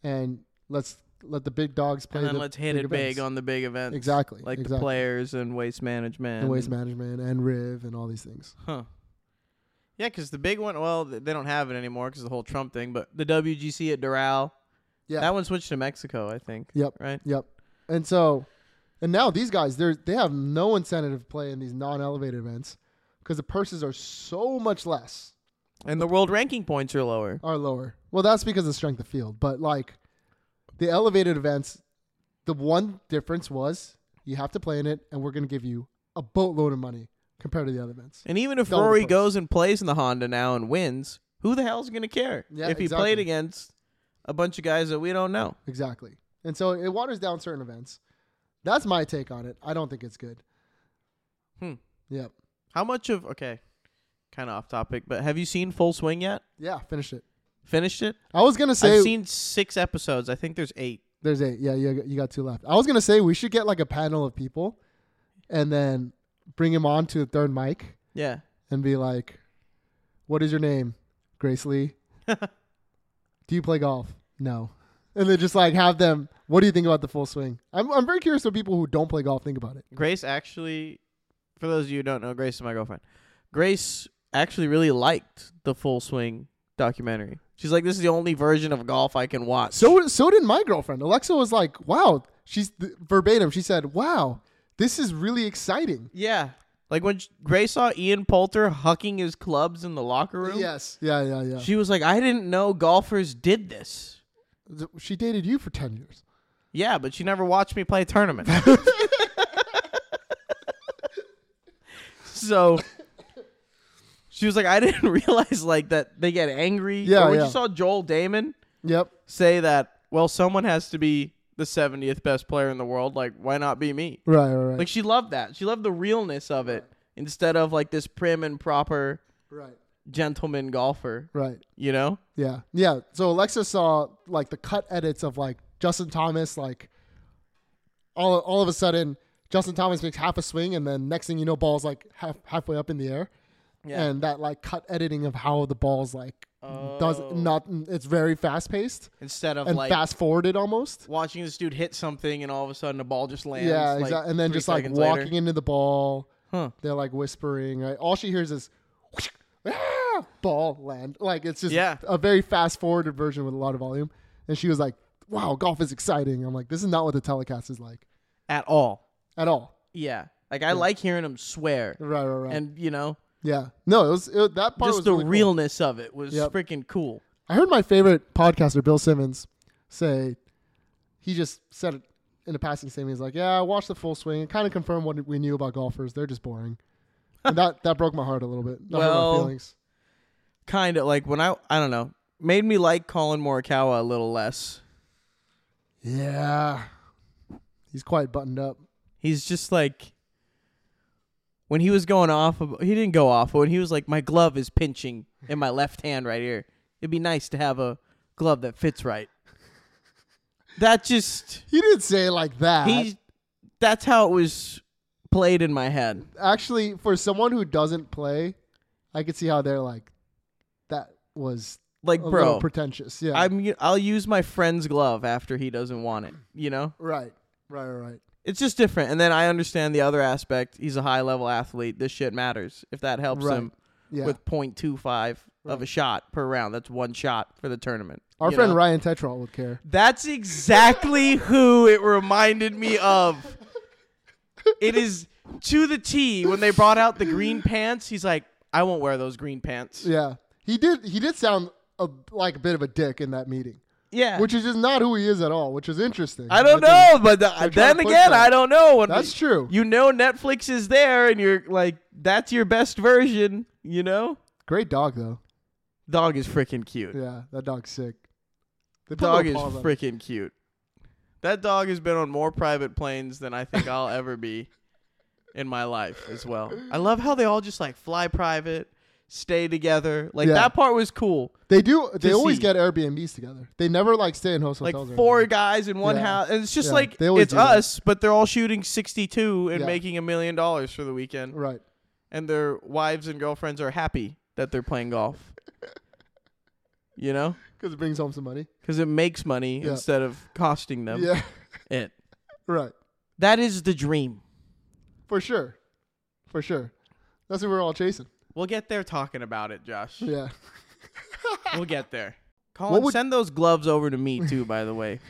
Speaker 1: and let's let the big dogs play.
Speaker 2: And then
Speaker 1: the
Speaker 2: let's hit it
Speaker 1: events.
Speaker 2: big on the big events.
Speaker 1: Exactly,
Speaker 2: Like
Speaker 1: exactly.
Speaker 2: the players and waste management.
Speaker 1: and waste management and Riv and all these things.
Speaker 2: Huh. Yeah, 'cause the big one, well, th- they don't have it anymore 'cause of the whole Trump thing, but the WGC at Doral.
Speaker 1: Yeah.
Speaker 2: That one switched to Mexico, I think.
Speaker 1: Yep.
Speaker 2: Right?
Speaker 1: Yep. And so, and now these guys, they're they have no incentive to play in these non-elevated events because the purses are so much less,
Speaker 2: And the world ranking points are lower.
Speaker 1: are lower. Well, that's because of strength of field, but like the elevated events, the one difference was you have to play in it, and we're going to give you a boatload of money compared to the other events.
Speaker 2: And even if
Speaker 1: Double the
Speaker 2: Rory
Speaker 1: purse.
Speaker 2: goes and plays in the Honda now and wins, who the hell's going to care
Speaker 1: Yeah,
Speaker 2: if he
Speaker 1: exactly.
Speaker 2: played against a bunch of guys that we don't know?
Speaker 1: Exactly. And so it waters down certain events. That's my take on it. I don't think it's good.
Speaker 2: Hmm.
Speaker 1: Yep.
Speaker 2: How much of, okay, kind of off topic, but have you seen Full Swing yet?
Speaker 1: Yeah. Finished it.
Speaker 2: Finished it?
Speaker 1: I was gonna say
Speaker 2: I've seen six episodes. I think there's eight.
Speaker 1: There's eight. Yeah, you, you got two left. I was gonna say we should get like a panel of people, and then bring him on to the third mic
Speaker 2: Yeah.
Speaker 1: and be like, "What is your name, Grace Lee? do you play golf? No." And then just like have them. What do you think about the full swing? I'm I'm very curious what people who don't play golf think about it.
Speaker 2: Grace actually, for those of you who don't know, Grace is my girlfriend. Grace actually really liked the Full Swing documentary. She's like, this is the only version of golf I can watch.
Speaker 1: So so did my girlfriend. Alexa was like, "Wow." She's verbatim. She said, "Wow, this is really exciting."
Speaker 2: yeah, like when sh- Grace saw Ian Poulter hucking his clubs in the locker room,
Speaker 1: Yes. Yeah. Yeah. Yeah.
Speaker 2: she was like, I didn't know golfers did this.
Speaker 1: she dated you for ten years.
Speaker 2: Yeah, but she never watched me play a tournament. so she was like, I didn't realize like that they get angry.
Speaker 1: Yeah,
Speaker 2: Or when
Speaker 1: yeah.
Speaker 2: you saw Joel Damon
Speaker 1: Yep.
Speaker 2: say that, well, someone has to be the 70th best player in the world. Like, why not be me?
Speaker 1: Right. Right. Right.
Speaker 2: Like, she loved that. She loved the realness of it instead of like this prim and proper
Speaker 1: right.
Speaker 2: gentleman golfer,
Speaker 1: Right.
Speaker 2: you know?
Speaker 1: Yeah. Yeah. So Alexa saw like the cut edits of like Justin Thomas, like all all of a sudden Justin Thomas makes half a swing and then next thing you know, ball's like half halfway up in the air.
Speaker 2: Yeah.
Speaker 1: And that like cut editing of how the ball's like does
Speaker 2: Oh.
Speaker 1: not it's very fast paced
Speaker 2: Instead of
Speaker 1: and
Speaker 2: like
Speaker 1: fast forwarded almost.
Speaker 2: watching this dude hit something and all of a sudden the ball just lands.
Speaker 1: yeah,
Speaker 2: like,
Speaker 1: exactly. and then
Speaker 2: three
Speaker 1: just like
Speaker 2: seconds
Speaker 1: walking
Speaker 2: later.
Speaker 1: into the ball,
Speaker 2: Huh.
Speaker 1: they're like whispering. Right? All she hears is whoosh, ah, ball land. Like it's just
Speaker 2: Yeah.
Speaker 1: a very fast forwarded version with a lot of volume. And she was like, "Wow, golf is exciting." I'm like, "This is not what the telecast is like
Speaker 2: At all.
Speaker 1: at all."
Speaker 2: Yeah. Like, I like hearing him swear.
Speaker 1: Right, right, right.
Speaker 2: And, you know,
Speaker 1: yeah, no, it was it, that part.
Speaker 2: just
Speaker 1: was
Speaker 2: the
Speaker 1: really cool.
Speaker 2: realness of it was
Speaker 1: Yep.
Speaker 2: freaking cool.
Speaker 1: I heard my favorite podcaster, Bill Simmons, say he just said it in a passing statement. He's like, "Yeah, I watched the full swing and kind of confirmed what we knew about golfers. They're just boring." and that that broke my heart a little bit. That hurt my
Speaker 2: Well,
Speaker 1: feelings.
Speaker 2: Kind of like when I, I don't know, made me like Colin Morikawa a little less.
Speaker 1: Yeah. He's quite buttoned up.
Speaker 2: He's just like when he was going off. ab- He didn't go off, but when he was like, "My glove is pinching in my left hand right here. It'd be nice to have a glove that fits right." That just
Speaker 1: He didn't say it like that.
Speaker 2: he. That's how it was played in my head.
Speaker 1: Actually, for someone who doesn't play, I could see how they're like, that was
Speaker 2: Like,
Speaker 1: a
Speaker 2: bro,
Speaker 1: little pretentious. Yeah.
Speaker 2: I'm I'll use my friend's glove after he doesn't want it. You know,
Speaker 1: right. Right. Right. Right.
Speaker 2: it's just different. And then I understand the other aspect. He's a high level athlete. This shit matters. If that helps
Speaker 1: Right.
Speaker 2: him
Speaker 1: Yeah.
Speaker 2: with 0.25 of a shot per round, that's one shot for the tournament.
Speaker 1: Our
Speaker 2: you
Speaker 1: friend
Speaker 2: know?
Speaker 1: Ryan Tetrall would care.
Speaker 2: That's exactly who it reminded me of. It is to the T when they brought out the green pants. He's like, I won't wear those green pants.
Speaker 1: Yeah. He did. He did sound a, like a bit of a dick in that meeting,
Speaker 2: Yeah.
Speaker 1: which is just not who he is at all, which is interesting.
Speaker 2: I don't
Speaker 1: think-
Speaker 2: know, but the-
Speaker 1: trying to
Speaker 2: then
Speaker 1: push
Speaker 2: again,
Speaker 1: that.
Speaker 2: I don't know. When
Speaker 1: That's true.
Speaker 2: You know, Netflix is there, and you're like, that's your best version. You know,
Speaker 1: Great dog though.
Speaker 2: dog is freaking cute.
Speaker 1: Yeah, that dog's sick. The
Speaker 2: dog is freaking cute. That dog has been on more private planes than I think I'll ever be in my life as well. I love how they all just like fly private, stay together. Like
Speaker 1: Yeah.
Speaker 2: that part was cool.
Speaker 1: They do. They
Speaker 2: to
Speaker 1: always
Speaker 2: see.
Speaker 1: get Airbnbs together. They never like stay in host
Speaker 2: Like
Speaker 1: hotels. or
Speaker 2: four
Speaker 1: anything.
Speaker 2: guys in one
Speaker 1: Yeah.
Speaker 2: house, and it's just
Speaker 1: Yeah,
Speaker 2: like
Speaker 1: they always
Speaker 2: it's
Speaker 1: do that.
Speaker 2: us, but they're all shooting sixty-two and
Speaker 1: Yeah.
Speaker 2: making a million dollars for the weekend,
Speaker 1: Right.
Speaker 2: and their wives and girlfriends are happy that they're playing golf. you know,
Speaker 1: Because it brings home some money.
Speaker 2: because it makes money
Speaker 1: Yeah.
Speaker 2: instead of costing them
Speaker 1: Yeah.
Speaker 2: it.
Speaker 1: right.
Speaker 2: That is the dream.
Speaker 1: For sure. For sure. That's what we're all chasing.
Speaker 2: We'll get there talking about it, Josh.
Speaker 1: Yeah.
Speaker 2: We'll get there.
Speaker 1: What
Speaker 2: Colin,
Speaker 1: would-
Speaker 2: send those gloves over to me too, by the way.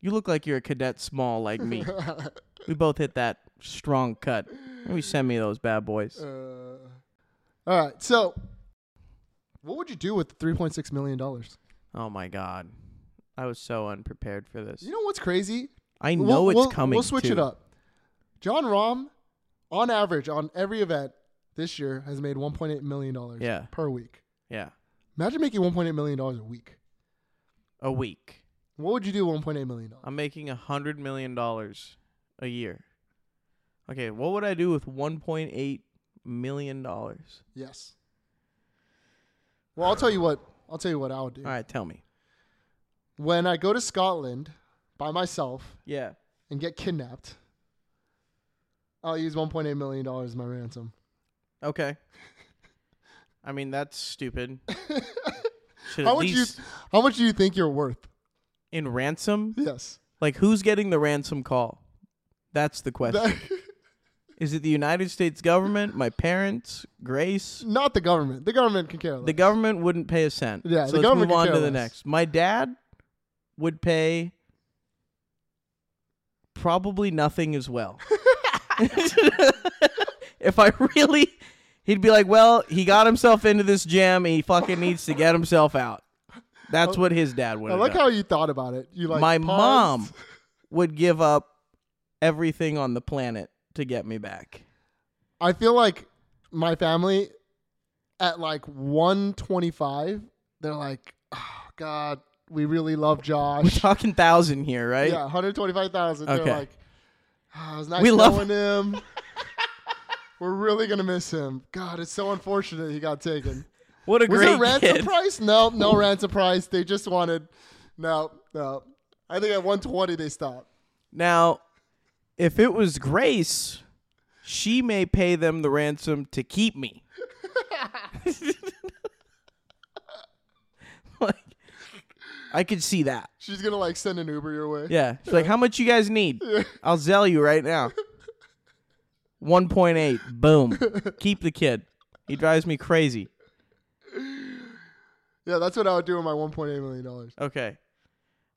Speaker 2: You look like you're a cadet small like me.
Speaker 1: Uh,
Speaker 2: We both hit that strong cut. Maybe send me those bad boys.
Speaker 1: Uh, all right. So, what would you do with three point six million dollars?
Speaker 2: Oh my god. I was so unprepared for this.
Speaker 1: You know what's crazy?
Speaker 2: I know
Speaker 1: we'll,
Speaker 2: it's
Speaker 1: we'll-
Speaker 2: coming.
Speaker 1: We'll switch it
Speaker 2: too.
Speaker 1: up. John Rahm, on average, on every event this year, has made one point eight million dollars
Speaker 2: Yeah.
Speaker 1: per week.
Speaker 2: Yeah.
Speaker 1: Imagine making one point eight million dollars a week.
Speaker 2: A week.
Speaker 1: What would you do with one point eight million dollars?
Speaker 2: I'm making a hundred million dollars a year. Okay, what would I do with one point eight million dollars?
Speaker 1: Yes. Well, I'll tell you what. I'll tell you what I would do.
Speaker 2: All right, tell me.
Speaker 1: When I go to Scotland by myself
Speaker 2: Yeah.
Speaker 1: and get kidnapped, I'll use one point eight million dollars as my ransom.
Speaker 2: Okay. I mean, that's stupid. Should
Speaker 1: How
Speaker 2: at
Speaker 1: much you
Speaker 2: least
Speaker 1: How much do you think you're worth?
Speaker 2: in ransom?
Speaker 1: Yes.
Speaker 2: Like, who's getting the ransom call? That's the question.
Speaker 1: That-
Speaker 2: Is it the United States government, my parents, Grace?
Speaker 1: not the government. The government can care less.
Speaker 2: The government wouldn't pay a cent.
Speaker 1: Yeah,
Speaker 2: so
Speaker 1: the
Speaker 2: let's
Speaker 1: government
Speaker 2: move
Speaker 1: could
Speaker 2: on
Speaker 1: care
Speaker 2: to the
Speaker 1: less.
Speaker 2: next. My dad would pay probably nothing as well. if I really, he'd be like, "Well, he got himself into this jam. And he fucking needs to get himself out." That's what his dad would.
Speaker 1: Oh, I
Speaker 2: have
Speaker 1: like
Speaker 2: done.
Speaker 1: how you thought about it. You like
Speaker 2: My
Speaker 1: paused.
Speaker 2: mom would give up everything on the planet to get me back.
Speaker 1: I feel like my family at like one twenty five, they're like, oh, God, we really love
Speaker 2: We're
Speaker 1: Josh.
Speaker 2: talking thousand here, right?
Speaker 1: Yeah, 125,000.
Speaker 2: Okay.
Speaker 1: They're like, oh, it was nice
Speaker 2: We love-
Speaker 1: knowing him. We're really going to miss him. God, it's so unfortunate he got taken.
Speaker 2: What a
Speaker 1: Was
Speaker 2: great
Speaker 1: it ransom
Speaker 2: kid.
Speaker 1: price? No, no ransom price. They just wanted, no, no. I think at 120 they stopped.
Speaker 2: Now, if it was Grace, she may pay them the ransom to keep me. like, I could see that.
Speaker 1: She's going to like send an Uber your way.
Speaker 2: Yeah. She's like, how much you guys need? I'll sell you right now. 1.8. Boom. Keep the kid. He drives me crazy.
Speaker 1: Yeah, that's what I would do with my 1.8 million dollars.
Speaker 2: Okay.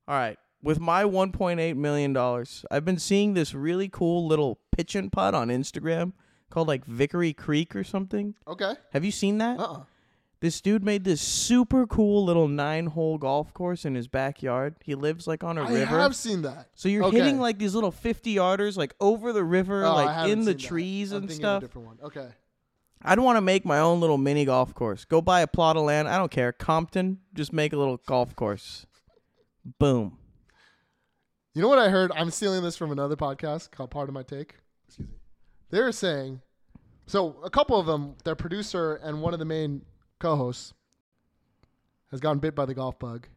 Speaker 2: All right. With my $1.8 million, I've been seeing this really cool little pitch and putt on Instagram called like Vickery Creek or something.
Speaker 1: Okay.
Speaker 2: Have you seen that?
Speaker 1: Uh-uh.
Speaker 2: This dude made this super cool little nine hole golf course in his backyard. He lives like on a
Speaker 1: I
Speaker 2: river.
Speaker 1: have seen that.
Speaker 2: so you're
Speaker 1: Okay.
Speaker 2: hitting like these little 50 yarders like over the river,
Speaker 1: Oh, I
Speaker 2: like
Speaker 1: haven't
Speaker 2: in the
Speaker 1: seen that.
Speaker 2: trees
Speaker 1: I'm
Speaker 2: and
Speaker 1: thinking of
Speaker 2: stuff.
Speaker 1: a different one. Okay.
Speaker 2: I'd want to make my own little mini golf course. Go buy a plot of land. I don't care. Compton, just make a little golf course. Boom.
Speaker 1: You know what I heard? I'm stealing this from another podcast called Part of My Take. Excuse me. They're saying, so a couple of them, their producer and one of the main co-hosts, has gotten bit by the golf bug,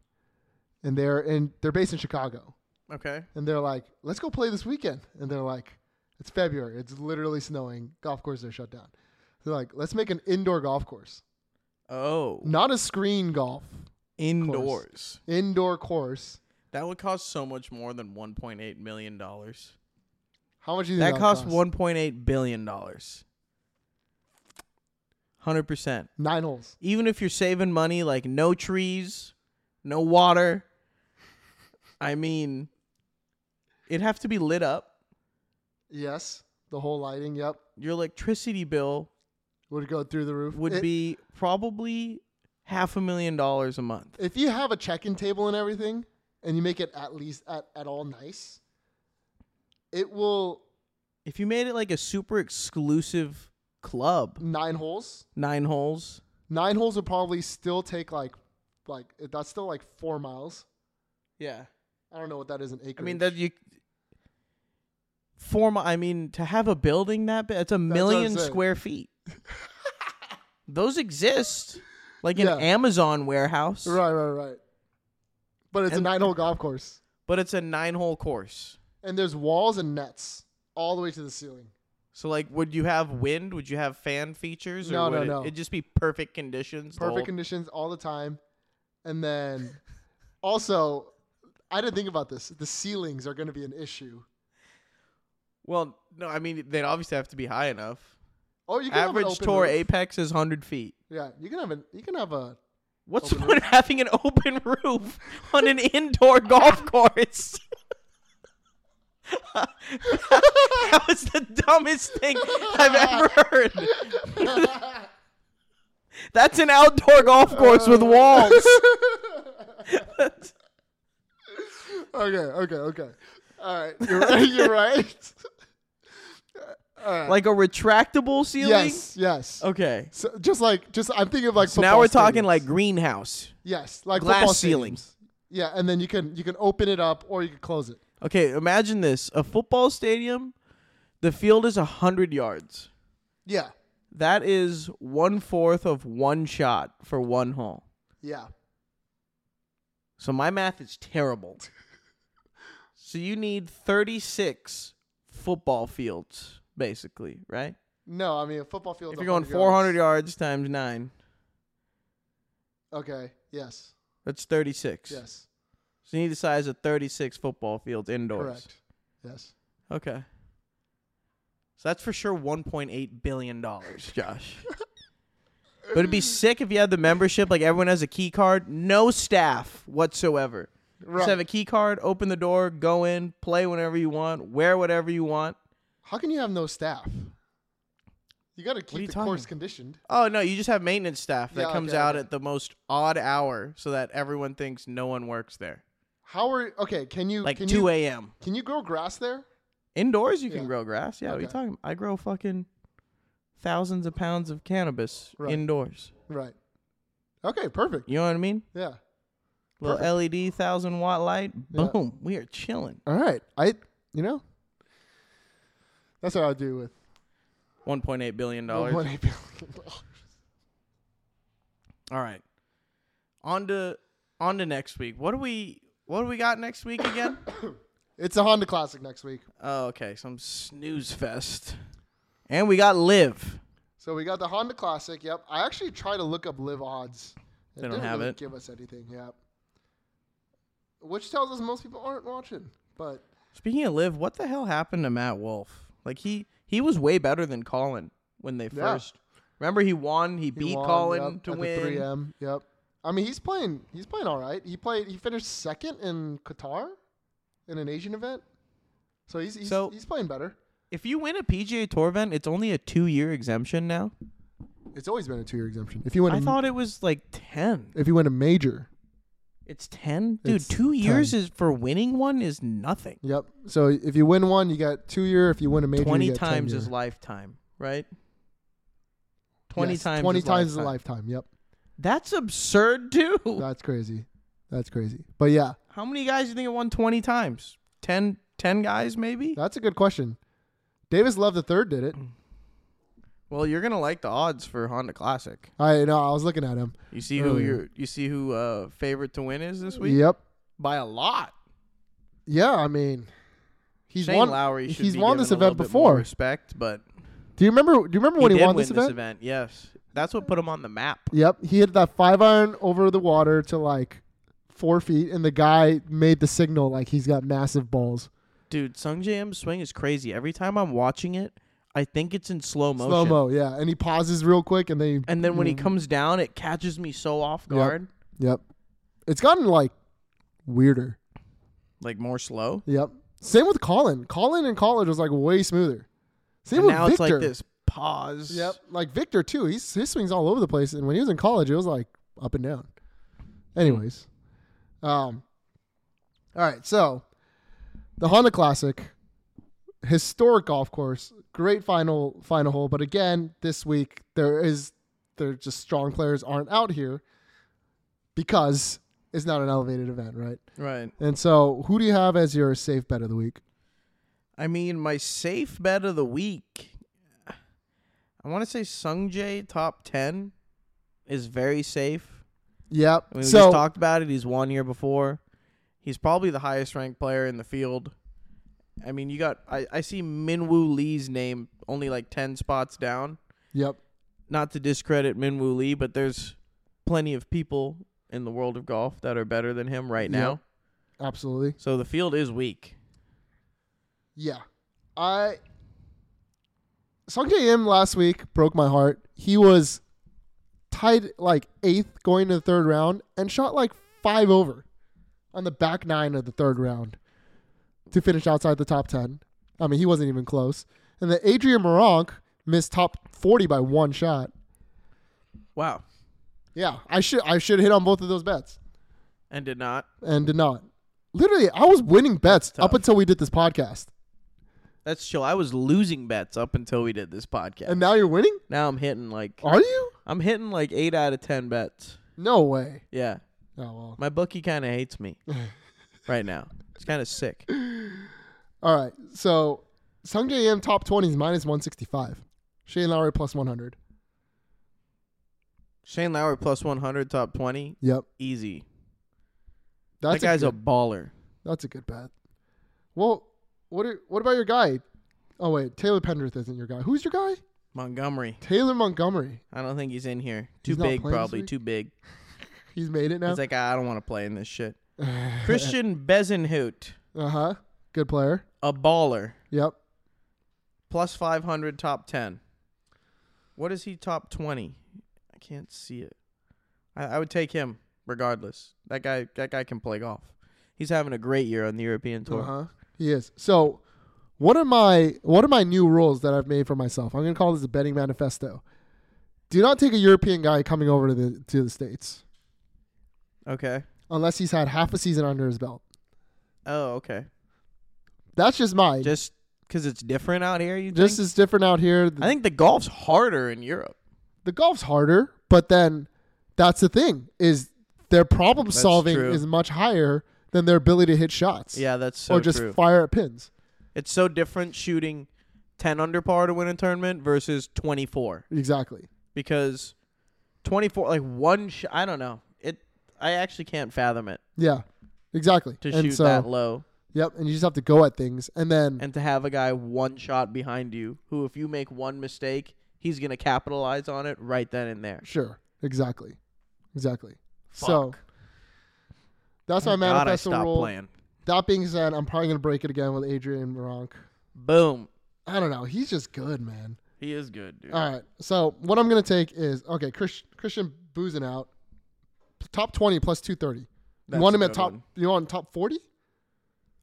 Speaker 1: and they're in they're based in Chicago,
Speaker 2: Okay.
Speaker 1: and they're like, let's go play this weekend, and they're like, it's February, it's literally snowing, golf courses are shut down. They're like, let's make an indoor golf course,
Speaker 2: Oh.
Speaker 1: not a screen golf,
Speaker 2: indoors.
Speaker 1: Indoor course.
Speaker 2: That would cost so much more than 1.8 million dollars.
Speaker 1: How much do you think
Speaker 2: That costs
Speaker 1: costs
Speaker 2: 1.8 billion dollars. Hundred percent.
Speaker 1: Nine holes.
Speaker 2: Even if you're saving money, like no trees, no water. I mean, it'd have to be lit up.
Speaker 1: Yes. The whole lighting. Yep.
Speaker 2: Your electricity bill
Speaker 1: Would go through the roof.
Speaker 2: would
Speaker 1: It-
Speaker 2: be probably half a million dollars a month.
Speaker 1: if you have a check-in table and everything, and you make it at least at, at all nice, it will
Speaker 2: If you made it like a super exclusive club,
Speaker 1: nine holes.
Speaker 2: nine holes,
Speaker 1: Nine holes would probably still take like like that's still like four miles.
Speaker 2: yeah,
Speaker 1: I don't know what that is in acres.
Speaker 2: I mean that you form. I mean to have a building that big, it's a
Speaker 1: what I'm
Speaker 2: million
Speaker 1: saying.
Speaker 2: square feet. Those exist, like
Speaker 1: Yeah.
Speaker 2: an Amazon warehouse,
Speaker 1: right, right, right. But it's
Speaker 2: And-
Speaker 1: a nine-hole golf course,
Speaker 2: but it's a nine-hole course.
Speaker 1: and there's walls and nets all the way to the ceiling.
Speaker 2: So, like, would you have wind? Would you have fan features? Or
Speaker 1: No,
Speaker 2: would
Speaker 1: no,
Speaker 2: it,
Speaker 1: no.
Speaker 2: It'd just be perfect conditions. the
Speaker 1: perfect
Speaker 2: whole-
Speaker 1: conditions all the time. And then also, I didn't think about this. The ceilings are going to be an issue.
Speaker 2: well, no, I mean they'd obviously have to be high enough.
Speaker 1: Oh, you can have an
Speaker 2: Average
Speaker 1: open
Speaker 2: tour
Speaker 1: roof.
Speaker 2: apex is hundred feet.
Speaker 1: Yeah, you can have an you can have a
Speaker 2: What's
Speaker 1: Open
Speaker 2: the point of having an open roof on an indoor golf course? that was the dumbest thing I've ever heard. That's an outdoor golf course with walls.
Speaker 1: okay, okay, okay. All right, you're right. You're right. All right.
Speaker 2: like a retractable ceiling?
Speaker 1: yes, yes.
Speaker 2: Okay.
Speaker 1: So just like just I'm thinking of like
Speaker 2: So now we're
Speaker 1: football
Speaker 2: talking
Speaker 1: stadiums.
Speaker 2: like greenhouse.
Speaker 1: yes, like
Speaker 2: glass
Speaker 1: football
Speaker 2: ceilings.
Speaker 1: stadiums. Yeah, and then you can you can open it up or you can close it.
Speaker 2: Okay, imagine this. A football stadium, the field is 100 yards.
Speaker 1: Yeah,
Speaker 2: That is one fourth of one shot for one hole.
Speaker 1: yeah.
Speaker 2: So my math is terrible. so you need 36 football fields, basically, right?
Speaker 1: No, I mean a football field.
Speaker 2: If you're going 400 yards times nine,
Speaker 1: Okay. Yes.
Speaker 2: that's 36.
Speaker 1: Yes.
Speaker 2: So you need the size of 36 football fields indoors.
Speaker 1: Correct. Yes.
Speaker 2: Okay. So that's for sure 1.8 billion dollars, Josh. but it'd be sick if you had the membership, like everyone has a key card, no staff whatsoever.
Speaker 1: Right.
Speaker 2: Just have a key card, open the door, go in, play whenever you want, wear whatever you want.
Speaker 1: How can you have no staff? You got to
Speaker 2: are you
Speaker 1: keep the
Speaker 2: talking
Speaker 1: course
Speaker 2: about?
Speaker 1: conditioned.
Speaker 2: Oh no, you just have maintenance staff that
Speaker 1: Yeah,
Speaker 2: comes
Speaker 1: okay,
Speaker 2: out
Speaker 1: okay.
Speaker 2: at the most odd hour so that everyone thinks no one works there.
Speaker 1: How are okay? Can you
Speaker 2: Like
Speaker 1: can
Speaker 2: two
Speaker 1: you,
Speaker 2: AM.
Speaker 1: Can you grow grass there?
Speaker 2: Indoors you can
Speaker 1: Yeah.
Speaker 2: grow grass. Yeah, what are you
Speaker 1: Okay.
Speaker 2: talking about? I grow fucking thousands of pounds of cannabis
Speaker 1: Right.
Speaker 2: indoors.
Speaker 1: Right. Okay. Perfect.
Speaker 2: You know what I mean?
Speaker 1: Yeah.
Speaker 2: Little LED thousand watt light.
Speaker 1: Yeah.
Speaker 2: Boom. We are chilling.
Speaker 1: All right. I you know. That's what I'll do with
Speaker 2: One point eight billion dollars.
Speaker 1: $1.8 billion.
Speaker 2: All right. On to on to next week. What do we what do we got next week again?
Speaker 1: It's a Honda Classic next week.
Speaker 2: oh, okay. Some snooze fest. And we got live.
Speaker 1: So we got the Honda Classic. Yep. I actually tried to look up live odds. It
Speaker 2: They don't
Speaker 1: didn't
Speaker 2: have
Speaker 1: really
Speaker 2: it.
Speaker 1: Give us anything. Yep. Which tells us most people aren't watching. But
Speaker 2: Speaking of live, what the hell happened to Matt Wolf? Like he he was way better than Colin when they
Speaker 1: Yeah.
Speaker 2: first. Remember he won. He,
Speaker 1: he
Speaker 2: beat
Speaker 1: won,
Speaker 2: Colin
Speaker 1: yep,
Speaker 2: to
Speaker 1: at
Speaker 2: win.
Speaker 1: The 3M. Yep. I mean, he's playing. He's playing all right. He played. He finished second in Qatar, in an Asian event. So he's he's,
Speaker 2: So-
Speaker 1: he's playing better.
Speaker 2: If you win a PGA Tour event, it's only a two year exemption now.
Speaker 1: It's always been a two-year exemption. If you win,
Speaker 2: I
Speaker 1: a,
Speaker 2: thought it was like ten.
Speaker 1: if you win a major.
Speaker 2: It's ten, dude.
Speaker 1: It's
Speaker 2: two years is for winning one is nothing.
Speaker 1: Yep. So if you win one, you got two-year. If you win a major,
Speaker 2: Twenty
Speaker 1: you get
Speaker 2: times
Speaker 1: 10-year.
Speaker 2: his lifetime, right? Twenty
Speaker 1: Yes,
Speaker 2: times.
Speaker 1: Twenty
Speaker 2: his
Speaker 1: times
Speaker 2: lifetime.
Speaker 1: a lifetime. Yep.
Speaker 2: That's absurd too.
Speaker 1: That's crazy. That's crazy. But yeah,
Speaker 2: How many guys do you think have won twenty times? 10, 10 guys maybe.
Speaker 1: that's a good question. Davis Love the third did
Speaker 2: Mm.
Speaker 1: it.
Speaker 2: Well, you're gonna like the odds for Honda Classic.
Speaker 1: I know. I was looking at him.
Speaker 2: You see who
Speaker 1: Earlier.
Speaker 2: your you see who uh, favorite to win is this week
Speaker 1: Yep.
Speaker 2: by a lot.
Speaker 1: Yeah. I mean, he's
Speaker 2: Shane
Speaker 1: won.
Speaker 2: Lowry should
Speaker 1: he's
Speaker 2: be
Speaker 1: won
Speaker 2: given
Speaker 1: this
Speaker 2: a little
Speaker 1: event
Speaker 2: bit more
Speaker 1: before.
Speaker 2: respect, but
Speaker 1: Do you remember? Do you remember when
Speaker 2: he
Speaker 1: he
Speaker 2: did
Speaker 1: won
Speaker 2: win
Speaker 1: this event?
Speaker 2: Yes, That's what put him on the map.
Speaker 1: Yep, he hit that five iron over the water to like four feet, and the guy made the signal like he's got massive balls.
Speaker 2: Dude, Sung J M's swing is crazy. Every time I'm watching it, I think it's in slow motion.
Speaker 1: Slow mo, yeah, and he pauses real quick, and then he,
Speaker 2: And then when he comes down, it catches me so off
Speaker 1: Yep.
Speaker 2: guard.
Speaker 1: yep, it's gotten like weirder.
Speaker 2: Like more slow.
Speaker 1: Yep. Same with Colin. Colin in college was like way smoother. Same
Speaker 2: And
Speaker 1: with
Speaker 2: now
Speaker 1: Victor.
Speaker 2: it's like this pause.
Speaker 1: Yep. Like Victor too. He's his swings all over the place. And when he was in college, it was like up and down. Anyways. Um all right, so the Honda Classic, historic golf course, great final final hole. But again, this week there is there just strong players aren't out here because it's not an elevated event, right?
Speaker 2: Right.
Speaker 1: And so who do you have as your safe bet of the week?
Speaker 2: I mean, my safe bet of the week. I want to say Sung J top ten is very safe.
Speaker 1: Yep.
Speaker 2: I mean, we
Speaker 1: so
Speaker 2: just talked about it. He's one year before. He's probably the highest ranked player in the field. I mean, you got I, I see Minwoo Lee's name only like ten spots down.
Speaker 1: yep.
Speaker 2: Not to discredit Minwoo Lee, but there's plenty of people in the world of golf that are better than him right
Speaker 1: Yeah.
Speaker 2: now.
Speaker 1: Absolutely.
Speaker 2: So the field is weak.
Speaker 1: Yeah. I Sung J M last week broke my heart. He was tied like eighth going to the third round and shot like five over on the back nine of the third round to finish outside the top ten. I mean, he wasn't even close. And then Adrian Moronk missed top forty by one shot.
Speaker 2: Wow.
Speaker 1: Yeah, I should I should hit on both of those bets.
Speaker 2: And did not.
Speaker 1: and did not. Literally, I was winning bets
Speaker 2: That's
Speaker 1: up
Speaker 2: tough.
Speaker 1: until we did this podcast,
Speaker 2: That's chill. I was losing bets up until we did this podcast.
Speaker 1: and now you're winning.
Speaker 2: now I'm hitting like
Speaker 1: Are you?
Speaker 2: I'm hitting like eight out of ten bets.
Speaker 1: No way.
Speaker 2: Yeah,
Speaker 1: Oh well.
Speaker 2: my bookie kind of hates me right now. It's kind of sick.
Speaker 1: All right. So Sung J M top twenty is minus one sixty five. Shane Lowry plus one hundred.
Speaker 2: Shane Lowry plus one hundred, top twenty,
Speaker 1: Yep.
Speaker 2: easy.
Speaker 1: That's
Speaker 2: that guy's
Speaker 1: a,
Speaker 2: a
Speaker 1: good,
Speaker 2: baller.
Speaker 1: that's a good bet. Well, what are, what about your guy? Oh wait, Taylor Pendrith isn't your guy. Who's your guy?
Speaker 2: Montgomery.
Speaker 1: Taylor Montgomery.
Speaker 2: I don't think he's in here. Too
Speaker 1: He's not
Speaker 2: big,
Speaker 1: playing this
Speaker 2: probably
Speaker 1: week?
Speaker 2: too big.
Speaker 1: He's made it now.
Speaker 2: He's like, "Ah, I don't want to play in this shit. Christian Bezenhout,
Speaker 1: uh huh. Good player.
Speaker 2: a baller,
Speaker 1: Yep.
Speaker 2: plus five hundred, top ten. What is he top twenty? I can't see it. I, I would take him regardless. That guy, that guy can play golf. He's having a great year on the European tour.
Speaker 1: Uh huh. He is. So, one of my one of my new rules that I've made for myself. I'm going to call this a betting manifesto. Do not take a European guy coming over to the to the states
Speaker 2: Okay.
Speaker 1: unless he's had half a season under his belt.
Speaker 2: Oh, okay.
Speaker 1: That's just mine. Just,
Speaker 2: Just because it's different out here, you
Speaker 1: just
Speaker 2: think?
Speaker 1: as different out here.
Speaker 2: I think the golf's harder in Europe.
Speaker 1: the golf's harder, but then that's the thing is their problem
Speaker 2: That's
Speaker 1: solving
Speaker 2: true.
Speaker 1: is much higher than their ability to hit shots.
Speaker 2: Yeah, that's so
Speaker 1: or just
Speaker 2: true.
Speaker 1: fire at pins.
Speaker 2: it's so different shooting ten under par to win a tournament versus twenty four
Speaker 1: Exactly.
Speaker 2: because twenty four like one sh- I don't know it. I actually can't fathom it
Speaker 1: Yeah. Exactly.
Speaker 2: to
Speaker 1: and
Speaker 2: shoot
Speaker 1: so,
Speaker 2: that low
Speaker 1: Yep. And you just have to go at things, and then
Speaker 2: and to have a guy one shot behind you who, if you make one mistake, he's gonna capitalize on it right then and there.
Speaker 1: Sure. Exactly. Exactly. So that's my
Speaker 2: Thank God I
Speaker 1: manifesto
Speaker 2: stopped
Speaker 1: rule.
Speaker 2: playing.
Speaker 1: That being said, I'm probably gonna break it again with Adrian Moronk.
Speaker 2: Boom.
Speaker 1: I don't know. He's just good, man.
Speaker 2: He is good, dude.
Speaker 1: All right. So what I'm gonna take is okay. Chris, Christian boozing out. Top twenty plus two thirty. You
Speaker 2: That's
Speaker 1: want
Speaker 2: a
Speaker 1: him at
Speaker 2: good
Speaker 1: top?
Speaker 2: one.
Speaker 1: You want top forty?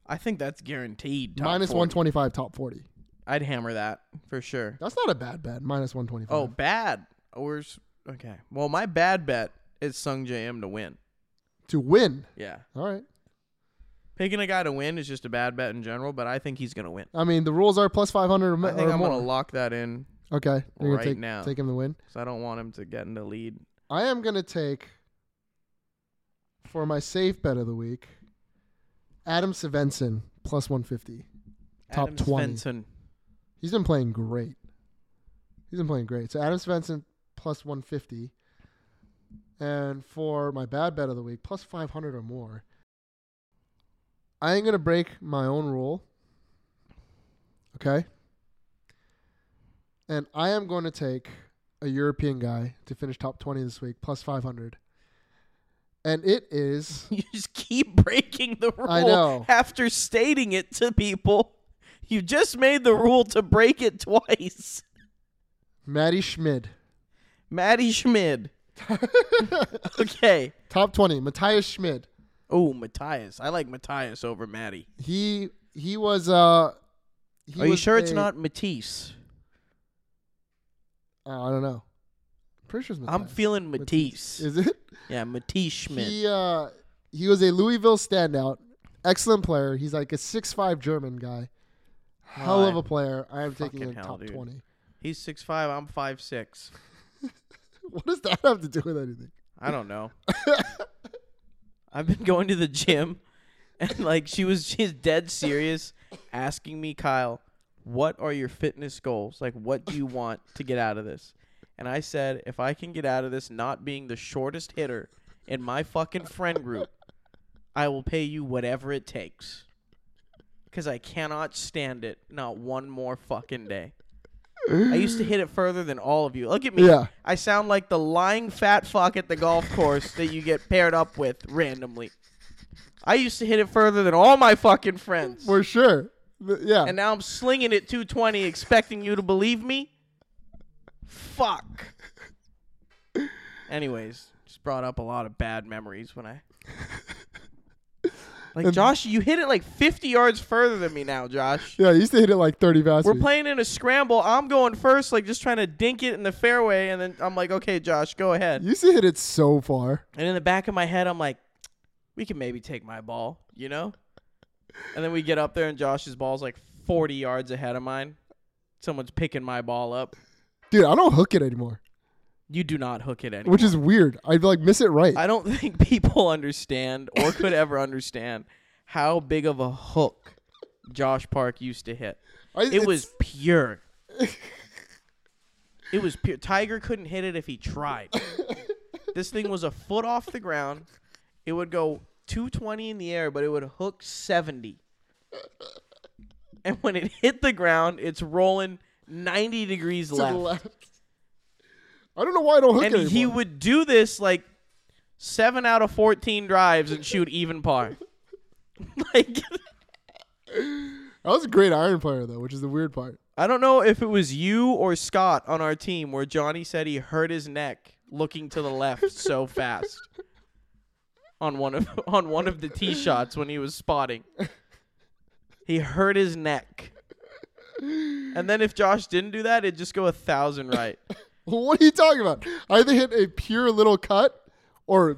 Speaker 2: I think that's guaranteed. top
Speaker 1: Minus
Speaker 2: 40.
Speaker 1: one twenty five. Top forty.
Speaker 2: I'd hammer that for sure.
Speaker 1: That's not a bad bet. Minus one twenty five.
Speaker 2: Oh, bad. Or s- okay. Well, my bad bet is Sung J M to win.
Speaker 1: to win.
Speaker 2: Yeah,
Speaker 1: All right.
Speaker 2: picking a guy to win is just a bad bet in general, but I think he's gonna win.
Speaker 1: I mean, the rules are plus five hundred or, mo-
Speaker 2: I think
Speaker 1: or
Speaker 2: I'm
Speaker 1: more.
Speaker 2: gonna lock that in
Speaker 1: okay. You're gonna
Speaker 2: right
Speaker 1: take,
Speaker 2: now.
Speaker 1: take him to win.
Speaker 2: because I don't want him to get in the lead.
Speaker 1: I am going to take for my safe bet of the week Adam Svensson plus 150. Top
Speaker 2: Adam
Speaker 1: 20.
Speaker 2: Svensson.
Speaker 1: He's been playing great. He's been playing great. So Adam Svensson plus 150. And for my bad bet of the week, plus 500 or more. I ain't going to break my own rule. Okay? And I am going to take a European guy to finish top 20 this week, plus 500. And it is.
Speaker 2: You just keep breaking the rule
Speaker 1: I know.
Speaker 2: after stating it to people. You just made the rule to break it twice.
Speaker 1: Maddie Schmid.
Speaker 2: Maddie Schmid. okay.
Speaker 1: Top 20, Matthias Schmid.
Speaker 2: Oh, Matthias. I like Matthias over Maddie.
Speaker 1: He he was uh he
Speaker 2: Are you
Speaker 1: was
Speaker 2: sure it's
Speaker 1: a-
Speaker 2: not Matisse?
Speaker 1: Oh, I don't know. pretty sure it's
Speaker 2: I'm
Speaker 1: Matthias.
Speaker 2: feeling Matisse.
Speaker 1: Is it?
Speaker 2: yeah, Matisse Schmidt.
Speaker 1: He uh he was a Louisville standout. Excellent player. He's like a six five German guy. Hell
Speaker 2: Why?
Speaker 1: of a player. I am taking
Speaker 2: Fucking
Speaker 1: him
Speaker 2: hell,
Speaker 1: top
Speaker 2: dude.
Speaker 1: 20.
Speaker 2: He's six five. I'm five six.
Speaker 1: What does that have to do with anything?
Speaker 2: I don't know. I've been going to the gym, and like she was, she's dead serious, asking me, Kyle, what are your fitness goals? Like, what do you want to get out of this? And I said, if I can get out of this not being the shortest hitter in my fucking friend group, I will pay you whatever it takes. Because I cannot stand it not one more fucking day. I used to hit it further than all of you. Look at me.
Speaker 1: Yeah.
Speaker 2: I sound like the lying fat fuck at the golf course that you get paired up with randomly. I used to hit it further than all my fucking friends.
Speaker 1: For sure. Th- Yeah.
Speaker 2: and now I'm slinging it 220 expecting you to believe me? Fuck. Anyways, just brought up a lot of bad memories when I. Like,
Speaker 1: And-
Speaker 2: Josh, you hit it like 50 yards further than me now, Josh.
Speaker 1: yeah, he used to hit it like 30 fast.
Speaker 2: We're playing in a scramble. I'm going first, like just trying to dink it in the fairway, and then I'm like, okay, Josh, go ahead.
Speaker 1: You used to hit it so far.
Speaker 2: And in the back of my head, I'm like, we can maybe take my ball, you know? And then we get up there, and Josh's ball's like 40 yards ahead of mine. Someone's picking my ball up.
Speaker 1: Dude, I don't hook it anymore,
Speaker 2: You do not hook it anymore.
Speaker 1: which is weird. I like miss it right.
Speaker 2: I don't think people understand or could ever understand how big of a hook Josh Park used to hit.
Speaker 1: I-
Speaker 2: It was
Speaker 1: it's-
Speaker 2: pure. it was pure. Tiger couldn't hit it if he tried. this thing was a foot off the ground. It would go 220 in the air, but it would hook 70. And when it hit the ground, it's rolling 90 degrees
Speaker 1: to the
Speaker 2: left.
Speaker 1: left. I don't know why I don't hook
Speaker 2: And
Speaker 1: it anymore.
Speaker 2: he would do this like 7 out of 14 drives and shoot even par. like
Speaker 1: I was a great iron player though, which is the weird part.
Speaker 2: I don't know if it was you or Scott on our team where Johnny said he hurt his neck looking to the left so fast on one of on one of the tee shots when he was spotting. He hurt his neck. And then if Josh didn't do that, it'd just go a thousand right.
Speaker 1: What are you talking about? I either hit a pure little cut or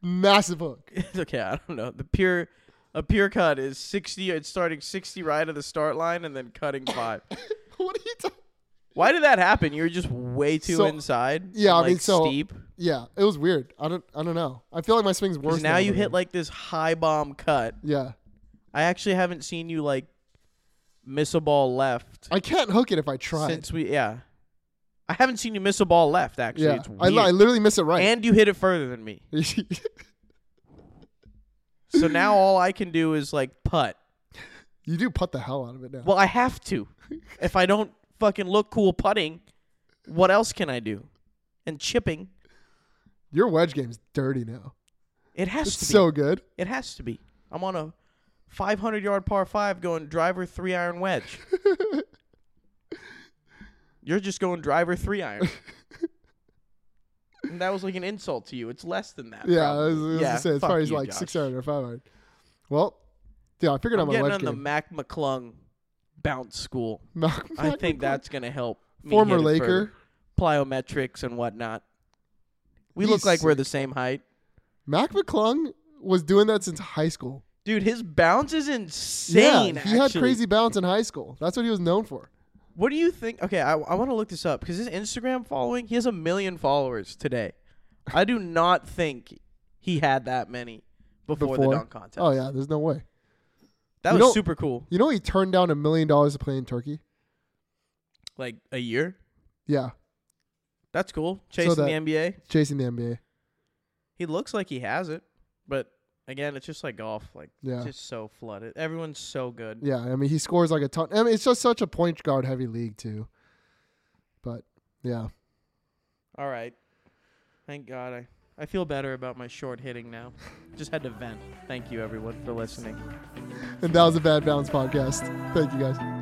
Speaker 1: massive hook.
Speaker 2: It's okay, I don't know. The pure a pure cut is sixty it's starting sixty right of the start line and then cutting five.
Speaker 1: what are you talking?
Speaker 2: Why did that happen? You're just way too
Speaker 1: So-
Speaker 2: inside.
Speaker 1: yeah,
Speaker 2: and,
Speaker 1: I mean,
Speaker 2: like,
Speaker 1: so-
Speaker 2: steep.
Speaker 1: Yeah, it was weird. I don't. I don't know. I feel like my swing's worse.
Speaker 2: Because now
Speaker 1: than
Speaker 2: you
Speaker 1: mine.
Speaker 2: hit like this high bomb cut.
Speaker 1: Yeah,
Speaker 2: I actually haven't seen you like miss a ball left
Speaker 1: I can't hook it if I try.
Speaker 2: since we yeah. I haven't seen you miss a ball left actually.
Speaker 1: yeah,
Speaker 2: It's
Speaker 1: I,
Speaker 2: weird.
Speaker 1: li- I literally miss it right.
Speaker 2: and you hit it further than me. So now all I can do is like putt.
Speaker 1: you do putt the hell out of it now.
Speaker 2: Well, I have to. if I don't fucking look cool putting, what else can I do? And chipping,
Speaker 1: Your wedge game's dirty now.
Speaker 2: it has
Speaker 1: It's
Speaker 2: to be.
Speaker 1: so good.
Speaker 2: It has to be. I'm on a 500 yard par five going driver three iron wedge. You're just going driver three iron. and that was like an insult to you. It's less than that.
Speaker 1: Yeah, I
Speaker 2: probably.
Speaker 1: was, I was gonna say it's
Speaker 2: fuck
Speaker 1: probably
Speaker 2: you,
Speaker 1: like
Speaker 2: Josh.
Speaker 1: six hundred or five hundred. Well, yeah, I figured
Speaker 2: I'm
Speaker 1: out my
Speaker 2: getting
Speaker 1: wedge
Speaker 2: on the
Speaker 1: game.
Speaker 2: Mac McClung bounce school.
Speaker 1: Mac-
Speaker 2: I
Speaker 1: Mac
Speaker 2: think
Speaker 1: McClung.
Speaker 2: that's gonna help. me
Speaker 1: former
Speaker 2: hit it
Speaker 1: Laker
Speaker 2: further. plyometrics and whatnot. We look
Speaker 1: He's
Speaker 2: like we're the same height,
Speaker 1: Mac McClung was doing that since high school.
Speaker 2: dude. His bounce is insane.
Speaker 1: yeah, he had
Speaker 2: actually.
Speaker 1: crazy balance in high school. That's what he was known for.
Speaker 2: What do you think? Okay, I, I want to look this up because his Instagram following, he has a million followers today. I do not think he had that many before,
Speaker 1: Before?
Speaker 2: the dunk contest.
Speaker 1: Oh yeah, there's no way.
Speaker 2: that
Speaker 1: You
Speaker 2: was
Speaker 1: know-
Speaker 2: super cool.
Speaker 1: You know he turned down a million dollars to play in Turkey.
Speaker 2: Like a year.
Speaker 1: Yeah,
Speaker 2: That's cool. Chasing
Speaker 1: that-
Speaker 2: the NBA.
Speaker 1: chasing the NBA.
Speaker 2: He looks like he has it, but again, it's just like golf. Like
Speaker 1: Yeah.
Speaker 2: it's just so flooded. Everyone's so good.
Speaker 1: Yeah, I mean he scores like a ton. I mean it's just such a point guard heavy league too. But yeah,
Speaker 2: All right. Thank God. I, I feel better about my short hitting now. Just had to vent. Thank you, everyone, for listening.
Speaker 1: And that was a Bad Bounce podcast. Thank you guys.